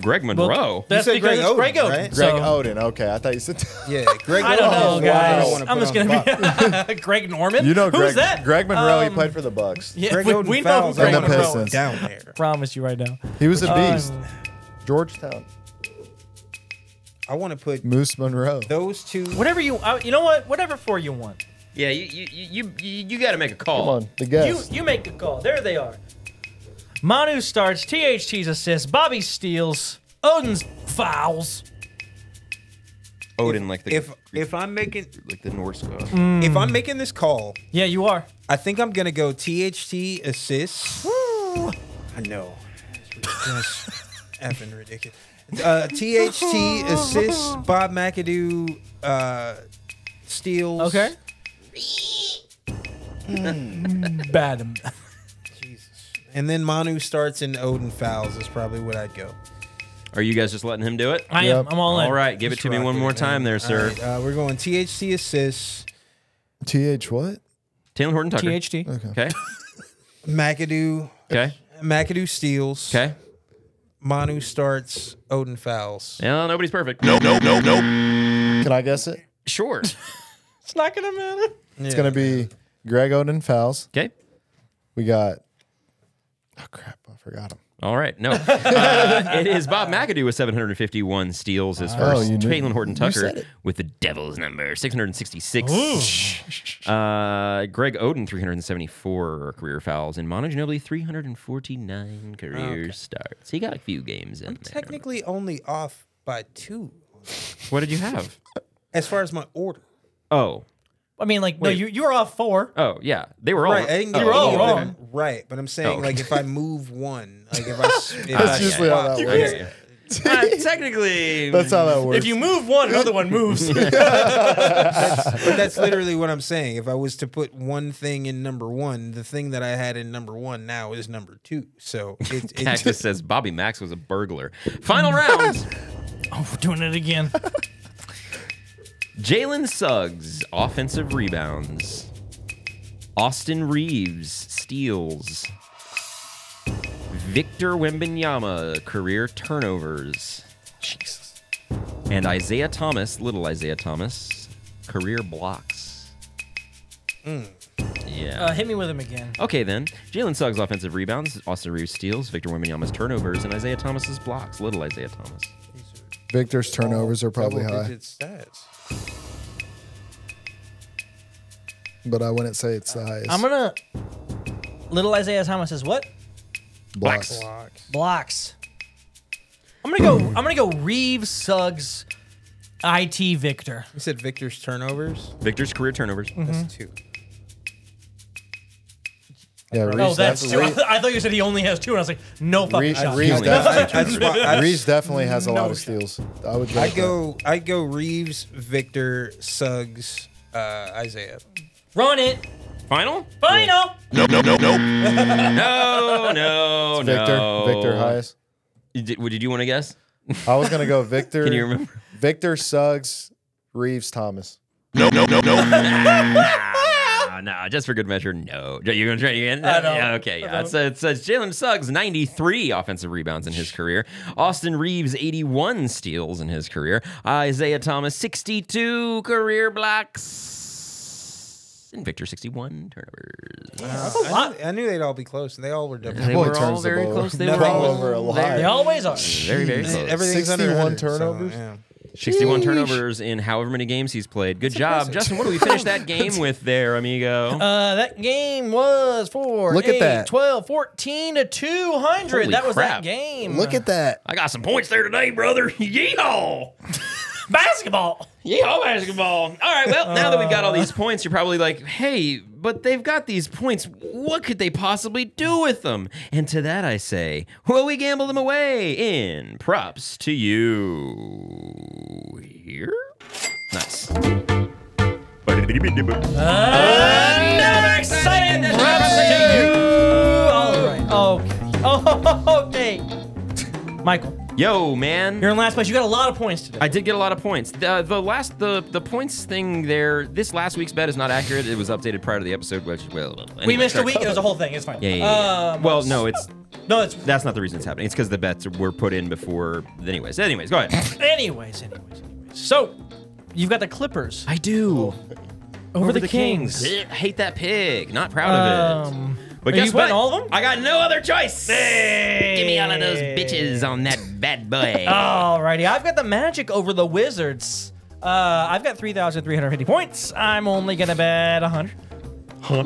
S1: Greg
S3: Well,
S1: Monroe.
S3: That's
S2: said
S3: because
S2: Greg
S3: it's
S2: Oden,
S3: Greg Oden.
S2: right? Greg
S4: Greg
S3: so-
S4: Oden. Okay, I thought you said.
S2: Yeah, Greg.
S3: I don't know,
S2: Oden's the one I don't
S3: guys.
S2: wanna
S3: I'm
S2: put
S3: just
S2: on
S3: gonna be (laughs) Greg Norman.
S4: (laughs) you know, Greg,
S3: Who's that?
S4: Greg Monroe. he
S3: Um,
S4: played for the Bucks.
S3: Yeah, (laughs)
S2: Greg
S3: we,
S2: Oden
S3: we know
S2: fouls.
S3: Greg
S4: And the
S2: I wanna
S3: Monroe.
S2: put
S4: Pistons.
S2: down there.
S3: Promise you right now.
S4: He was a
S3: Um,
S4: beast. Georgetown.
S2: I want to put
S4: Moose Monroe.
S2: those two.
S3: Whatever you, uh, you know what? Whatever four you want.
S1: Yeah, you you you you, you got to make a call.
S4: Come on, the guest.
S3: You you make the call. There they are. Manu starts. THT's assists. Bobby steals. Odin's fouls.
S1: Odin, like the
S2: If if I'm making
S1: like the Norse god.
S2: if I'm making this call,
S3: Yeah, you are.
S2: I think I'm gonna go THT assists. I know. That's effing ridiculous. Uh, THT assists Bob McAdoo uh, steals.
S3: Okay. Hmm. Bad.
S2: And then Manu starts and Odin fouls is probably what I'd go.
S1: Are you guys just letting him do it?
S3: I am.
S4: Yep.
S3: I'm all in.
S1: All right, give it to me one more time, there,
S2: All
S1: sir.
S2: right, uh, we're going THT assists.
S4: Th what?
S1: Taylor Horton Tucker.
S3: THT.
S1: Okay.
S2: McAdoo.
S1: Okay.
S2: McAdoo steals.
S1: Okay.
S2: Manu starts. Odin fouls.
S1: No, nobody's perfect. No.
S4: Can I guess it?
S1: Sure.
S4: (laughs)
S3: It's not gonna matter.
S4: It's gonna be Greg Oden fouls.
S1: Okay.
S4: We got. Oh crap! I forgot him.
S1: All right.
S4: (laughs)
S1: No. Uh, it is Bob McAdoo with 751 steals his first.
S4: Oh, you knew-
S1: Taylor Horton
S4: you
S1: Tucker
S4: said it.
S1: with the Devil's number 666. Uh, Greg Oden 374 career fouls and Mono Ginobili
S4: Oh,
S1: 349 career starts. He got a few games in there.
S2: Technically only off by two.
S1: What did you
S4: (laughs)
S1: have?
S2: As far as my order,
S1: Oh,
S3: I mean, like, no, you you were off four.
S1: oh yeah, they were all
S2: right? I didn't get
S1: oh,
S2: all
S1: okay.
S2: of them right, but I'm saying
S1: Oh.
S2: like
S1: (laughs)
S2: if I move one, like if I s- if
S1: That's
S2: I
S1: usually
S4: how
S2: swap-
S4: that
S1: I hear you. Uh, technically,
S4: That's how that works.
S3: If you move one, another one (laughs) moves.
S2: But that's literally what I'm saying. If I was to put one thing in number one, the thing that I had in number one now is number two. So it,
S1: (laughs)
S2: it
S1: Cactus says Bobby Max was a burglar. Final round.
S2: (laughs)
S3: oh, we're doing it again.
S1: Jalen Suggs, offensive rebounds. Austin Reeves, steals. Victor Wembanyama, career turnovers.
S3: Jesus.
S1: And Isaiah Thomas, little Isaiah Thomas, career blocks. Yeah.
S3: Uh, hit me with him again.
S1: Okay, then. Jalen Suggs' offensive rebounds, Austin Reeves' steals, Victor Wembanyama's turnovers, and Isaiah Thomas's blocks, little Isaiah Thomas.
S4: Victor's turnovers are probably
S2: double
S4: high,
S2: digit stats.
S4: but I wouldn't say it's the highest.
S3: I'm gonna. Little Isaiah Thomas says what?
S4: blocks.
S2: Blocks.
S3: Blocks. I'm gonna go. I'm gonna go Reeves Suggs, it Victor.
S2: You said Victor's turnovers.
S1: Victor's career turnovers.
S2: That's (laughs) two.
S4: Yeah, Reeves,
S3: Oh, that's two. I,
S4: (laughs) definitely,
S3: th- (laughs) I thought you said he only has two, and I was like, no fucking
S4: Reeves-
S3: shot.
S4: Reeves
S1: Only
S4: definitely-
S2: (laughs) I, I, swap- I,
S4: Reeves definitely has a
S3: No
S4: lot of
S3: shot.
S4: steals. I would.
S2: I
S4: with
S2: go I go Reeves, Victor, Suggs, uh, Isaiah.
S3: Run it.
S1: Final?
S3: Final.
S1: No, no,
S4: that. Victor.
S1: no.
S4: Victor highest.
S1: Did, did you want to guess?
S4: I was gonna go Victor.
S1: Can you
S4: (laughs)
S1: remember?
S4: Victor Suggs, Reeves Thomas.
S1: Ah, no, just for good measure, no. You're gonna try it again?
S3: I know.
S1: Uh, Yeah, okay, yeah. It says, it says Jalen Suggs, 93 offensive rebounds in his career. Austin Reeves, 81 steals in his career. Isaiah Thomas, 62 career blocks. And Victor, 61 turnovers.
S2: That's
S3: a lot.
S2: I knew, I knew they'd all be close, and they all were double.
S1: They
S4: Boy
S1: were all
S4: turns the
S1: very
S4: ball
S1: close. They
S4: over.
S1: were all
S4: Ball over a lot.
S1: very-
S3: They always are.
S1: Very, very close.
S2: Everything's under
S4: 61
S2: 100, so,
S4: turnovers?
S2: yeah.
S1: 61 turnovers in however many games he's played. Good job. Justin, what do we finish that game with there, amigo?
S3: Uh, that game was for
S4: Look at
S3: eight,
S4: that.
S3: 12, 14 to 200.
S1: Holy
S3: that was
S1: crap.
S3: that game.
S4: Look at that.
S1: I got some points there today, brother. (laughs) Yeehaw!
S3: basketball.
S1: Yeehaw basketball. All right, well, now that we've got all these points, you're probably like, hey, but they've got these points. What could they possibly do with them? And to that I say, well, we gamble them away in props to you. Here? Nice.
S3: Another exciting props All right. Okay. (laughs) Oh, okay. Michael,
S1: Yo, man.
S3: you're in last place. You got a lot of points today.
S1: I did get a lot of points. The, the last the the points thing there. This last week's bet is not accurate. It was updated prior to the episode, which well,
S3: we
S1: anyway,
S3: missed a
S1: sorry.
S3: week. It was a whole thing. It's fine.
S1: Yeah, yeah, yeah, yeah.
S3: Um,
S1: well, no, it's
S3: no, it's
S1: that's not the reason it's happening. It's because the bets were put in before. Anyways, anyways, go
S3: (laughs)
S1: ahead.
S3: anyways, anyways, anyways. So, you've got the Clippers
S1: I do
S3: over,
S1: for
S3: the, Kings.
S1: I hate that pick. Not proud of it.
S3: Um,
S1: But
S3: are you
S1: guess what?
S3: betting all of them?
S1: I got no other choice. Give me all of those bitches on that bad
S3: (laughs)
S1: boy.
S3: Uh. Alrighty, I've got the Magic over the Wizards. Uh, I've got 3,350 points. I'm only going to bet 100.
S1: Huh?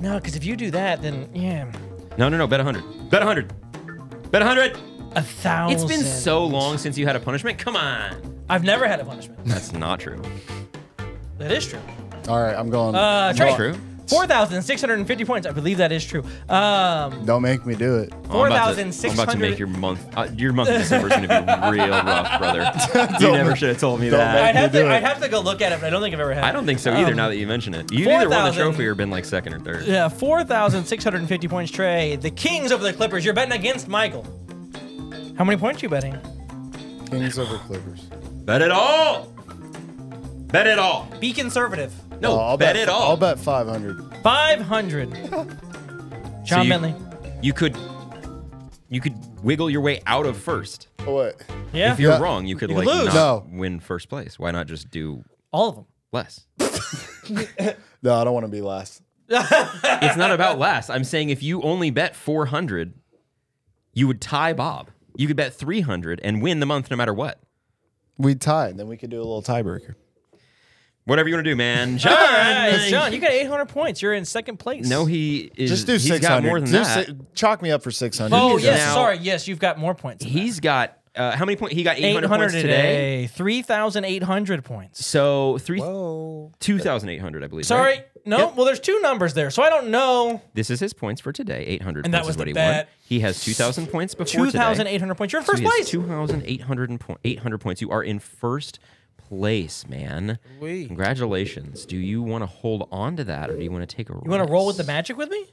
S3: No, because if you do that, then, yeah,
S1: No, no, no. Bet 100. Bet 100. Bet 100.
S3: a thousand.
S1: It's been so long since you had a punishment. Come on.
S3: I've never had a punishment.
S1: That's not true.
S3: That is true.
S4: All right, I'm going.
S3: Uh, Trey,
S1: That's true.
S3: 4,650 points. I believe that is true. Um,
S4: Don't make me do it.
S1: Oh, I'm about to-
S3: 4,600
S1: I'm about to make your month. Uh, your month of December is going to be real rough, brother. You never should have told me
S4: don't
S1: that.
S3: I'd, have
S4: you do
S3: to,
S4: it.
S3: I'd have to go look at it, but I don't think I've ever had
S1: I don't think so either.
S3: Um,
S1: now that you mention it, you either won the
S3: 4,000
S1: trophy or been like second or third.
S3: Yeah, 4,650 points, Trey. The Kings over the Clippers. You're betting against Michael. How many points you betting?
S4: Kings over Clippers.
S1: Bet it all. Bet it all.
S3: Be conservative.
S1: No,
S4: Oh, I'll
S1: bet, it all.
S4: I'll bet 500.
S1: (laughs)
S3: 500. John
S1: you-
S3: Bentley.
S1: You could, you could wiggle your way out of first.
S4: Oh, What?
S3: Yeah.
S1: If you're
S4: Yeah.
S1: wrong, you could
S3: You
S1: like
S3: could lose.
S1: not
S4: No.
S1: win first place. Why not just do
S3: All of them.
S1: less?
S4: No, I don't want to be last.
S1: it's not about less. I'm saying if you only bet 400, you would tie Bob. You could bet 300 and win the month no matter what.
S4: We tied, then we could do a little tiebreaker.
S1: Whatever you want to do,
S4: (laughs)
S1: man. John.
S3: All right, John, uh, you got 800 points. You're in second place.
S1: No, he is.
S4: Just do
S1: he's
S4: 600.
S1: got more than
S4: Do
S1: that.
S4: si- chalk me up for 600.
S3: Oh, yes.
S1: Now-
S3: sorry. Yes, you've got more points. than
S1: He's got Uh, how many points? He got 800,
S3: 800
S1: points today.
S3: today. 3,800 points.
S1: So three
S2: Whoa.
S1: 2,800, I believe.
S3: Sorry.
S1: right?
S3: No,
S1: Yep.
S3: well, there's two numbers there, so I don't know.
S1: This is his points for today. 800
S3: And that
S1: points
S3: was
S1: is
S3: the
S1: what he won.
S3: bet.
S1: He has 2,000 points before today.
S3: 2,800 points. You're in
S1: So
S3: first
S1: he has
S3: place.
S1: 2,800 and po- 800 points. You are in first place, man.
S2: Wee.
S1: Congratulations. Do you want to hold on to that or do you want to take a
S3: You want to roll with the magic with me?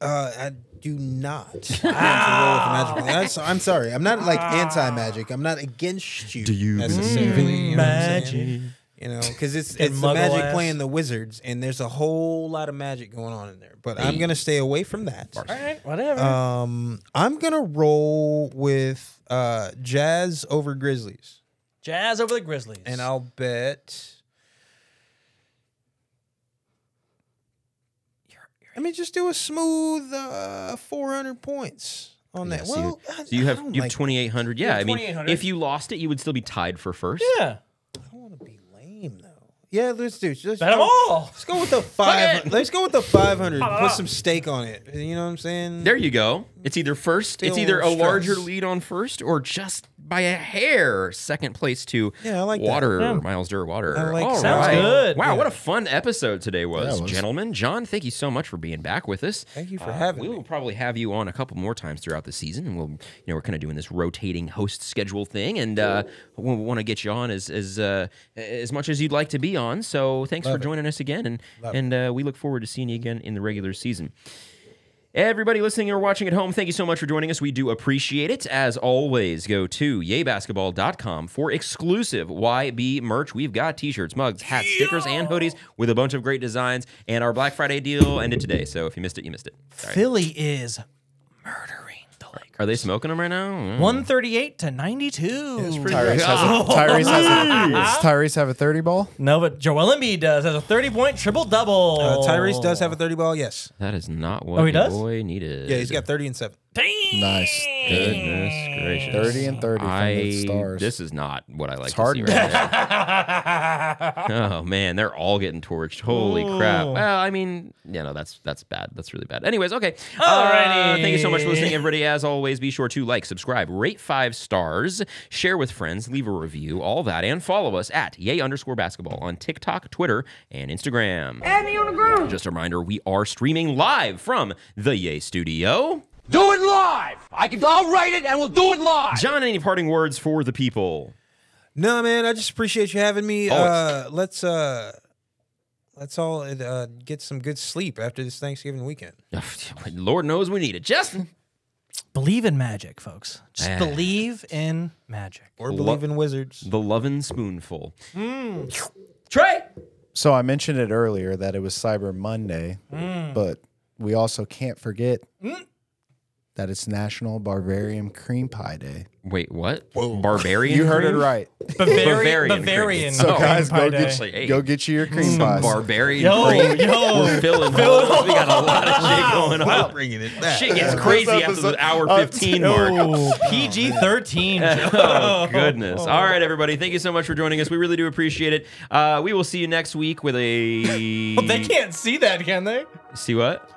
S2: Uh, I do not. (laughs) I don't roll with the magic. That's, I'm sorry. I'm not like anti magic. I'm not against you. Do you necessarily you know what I'm saying? You know, because it's
S3: And
S2: it's the
S3: muggle
S2: magic
S3: ass.
S2: playing the wizards, and there's a whole lot of magic going on in there. But I'm gonna stay away from that.
S3: All right, whatever.
S2: Um, I'm gonna roll with uh Jazz over Grizzlies,
S3: Jazz over the Grizzlies.
S2: and I'll bet. Let me just do a smooth uh, 400 points on that.
S1: so you-
S2: well, I-
S1: So you have
S2: I don't
S1: you have
S2: like-
S1: 2,800. Yeah, I mean,
S3: 2,800.
S1: if you lost it, you would still be tied for first.
S3: Yeah.
S2: I want to be lame though. Yeah, let's do. Let's,
S3: Bet them all.
S2: Let's go with
S3: (laughs)
S2: the five. Let's go with the five hundred. Put some steak on it. You know what I'm saying?
S1: There you go. It's either first, it's
S2: Still
S1: either a larger
S2: stress.
S1: lead on first or just by a hair second place to
S2: Yeah, I like that.
S1: Water,
S3: Yeah.
S1: Miles Durr Water.
S2: I like-
S1: All
S3: Sounds
S1: right.
S3: good.
S1: Wow, what a fun episode today was,
S4: Yeah, it was.
S1: gentlemen. John, thank you so much for being back with us.
S2: Thank you for having
S1: Uh, We
S2: me.
S1: will probably have you on a couple more times throughout the season, and we'll, you know, we're kind of doing this rotating host schedule thing, and uh, we want to get you on as as uh, as much as you'd like to be on. So thanks for joining us again, and and uh, we look forward to seeing you again in the regular season. Everybody listening or watching at home, thank you so much for joining us. We do appreciate it. As always, go to yaybasketball.com for exclusive YB merch. We've got t shirts, mugs, hats, stickers, and hoodies with a bunch of great designs. And our Black Friday deal ended today. So if you missed it, you missed it. Sorry.
S3: Philly is murdering the Lakers.
S1: Are they smoking them right now? Mm.
S3: 138 to 92.
S4: Tyrese has,
S1: (laughs)
S4: a, Tyrese, has a, does Tyrese have a 30 ball?
S3: no, but Joel Embiid does has a 30 point triple double.
S2: Uh, Tyrese does have a 30 ball, yes.
S1: That is not what
S3: Oh, he
S1: the
S3: does?
S1: boy needed.
S2: Yeah, he's got 30 and 7.
S4: Nice.
S1: Goodness gracious.
S4: 30 and 30 from the
S1: I,
S4: stars.
S1: this is not what I like to
S4: hard
S1: see right
S4: (laughs)
S1: now. oh man, they're all getting torched. Holy crap. Well, I mean, you know, that's that's bad. That's really bad. Anyways, okay. Uh, thank you so much for listening, everybody. As always, be sure to like, subscribe, rate five stars, share with friends, leave a review, all that, and follow us at yay underscore basketball on TikTok, Twitter, and Instagram. Add me on the ground. Just a reminder, we are streaming live from the Yay Studio.
S5: Do it live! I can, I'll write it and we'll do it live!
S1: John, any parting words for the people?
S2: No, man, I just appreciate you having me.
S1: Always.
S2: Uh, let's uh, let's all uh, get some good sleep after this Thanksgiving weekend.
S1: Ugh, (sighs) Lord knows we need it. Justin.
S3: Believe in magic, folks. Just
S1: Yeah.
S3: believe in magic.
S2: Or believe in wizards.
S1: The Lovin' Spoonful.
S3: Trey.
S4: So I mentioned it earlier that it was Cyber Monday,
S3: Mm.
S4: but we also can't forget that it's National Barbarian Cream Pie Day.
S1: Wait, what? Barbarian?
S4: You heard it
S1: cream?
S4: right.
S1: Bavarian
S3: Bavarian.
S1: cream.
S3: Bavarian.
S4: So
S1: Oh,
S4: guys,
S3: Mm. cream pie
S4: go
S3: day.
S4: get,
S1: Hey.
S4: go get you your cream pies.
S1: Mm, Barbarian
S3: Yo,
S1: cream. (laughs)
S3: yo.
S1: We're filling holes. We got a lot of shit going on.
S2: bringing it back.
S1: Shit gets crazy after the hour
S4: uh,
S1: 15 mark.
S3: PG (laughs) 13.
S1: Oh, goodness. All right, everybody. Thank you so much for joining us. We really do appreciate it. Uh, we will see you next week with a. (laughs)
S3: They can't see that, can they?
S1: See what?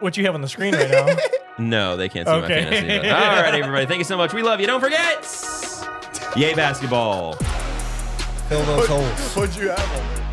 S3: What you have on the screen right (laughs) now.
S1: No, they can't see my
S3: Okay.
S1: fantasy. but- All right, everybody. Thank you so much. We love you. Don't forget. Yay, basketball.
S2: Fill those holes.
S4: What'd you have on there?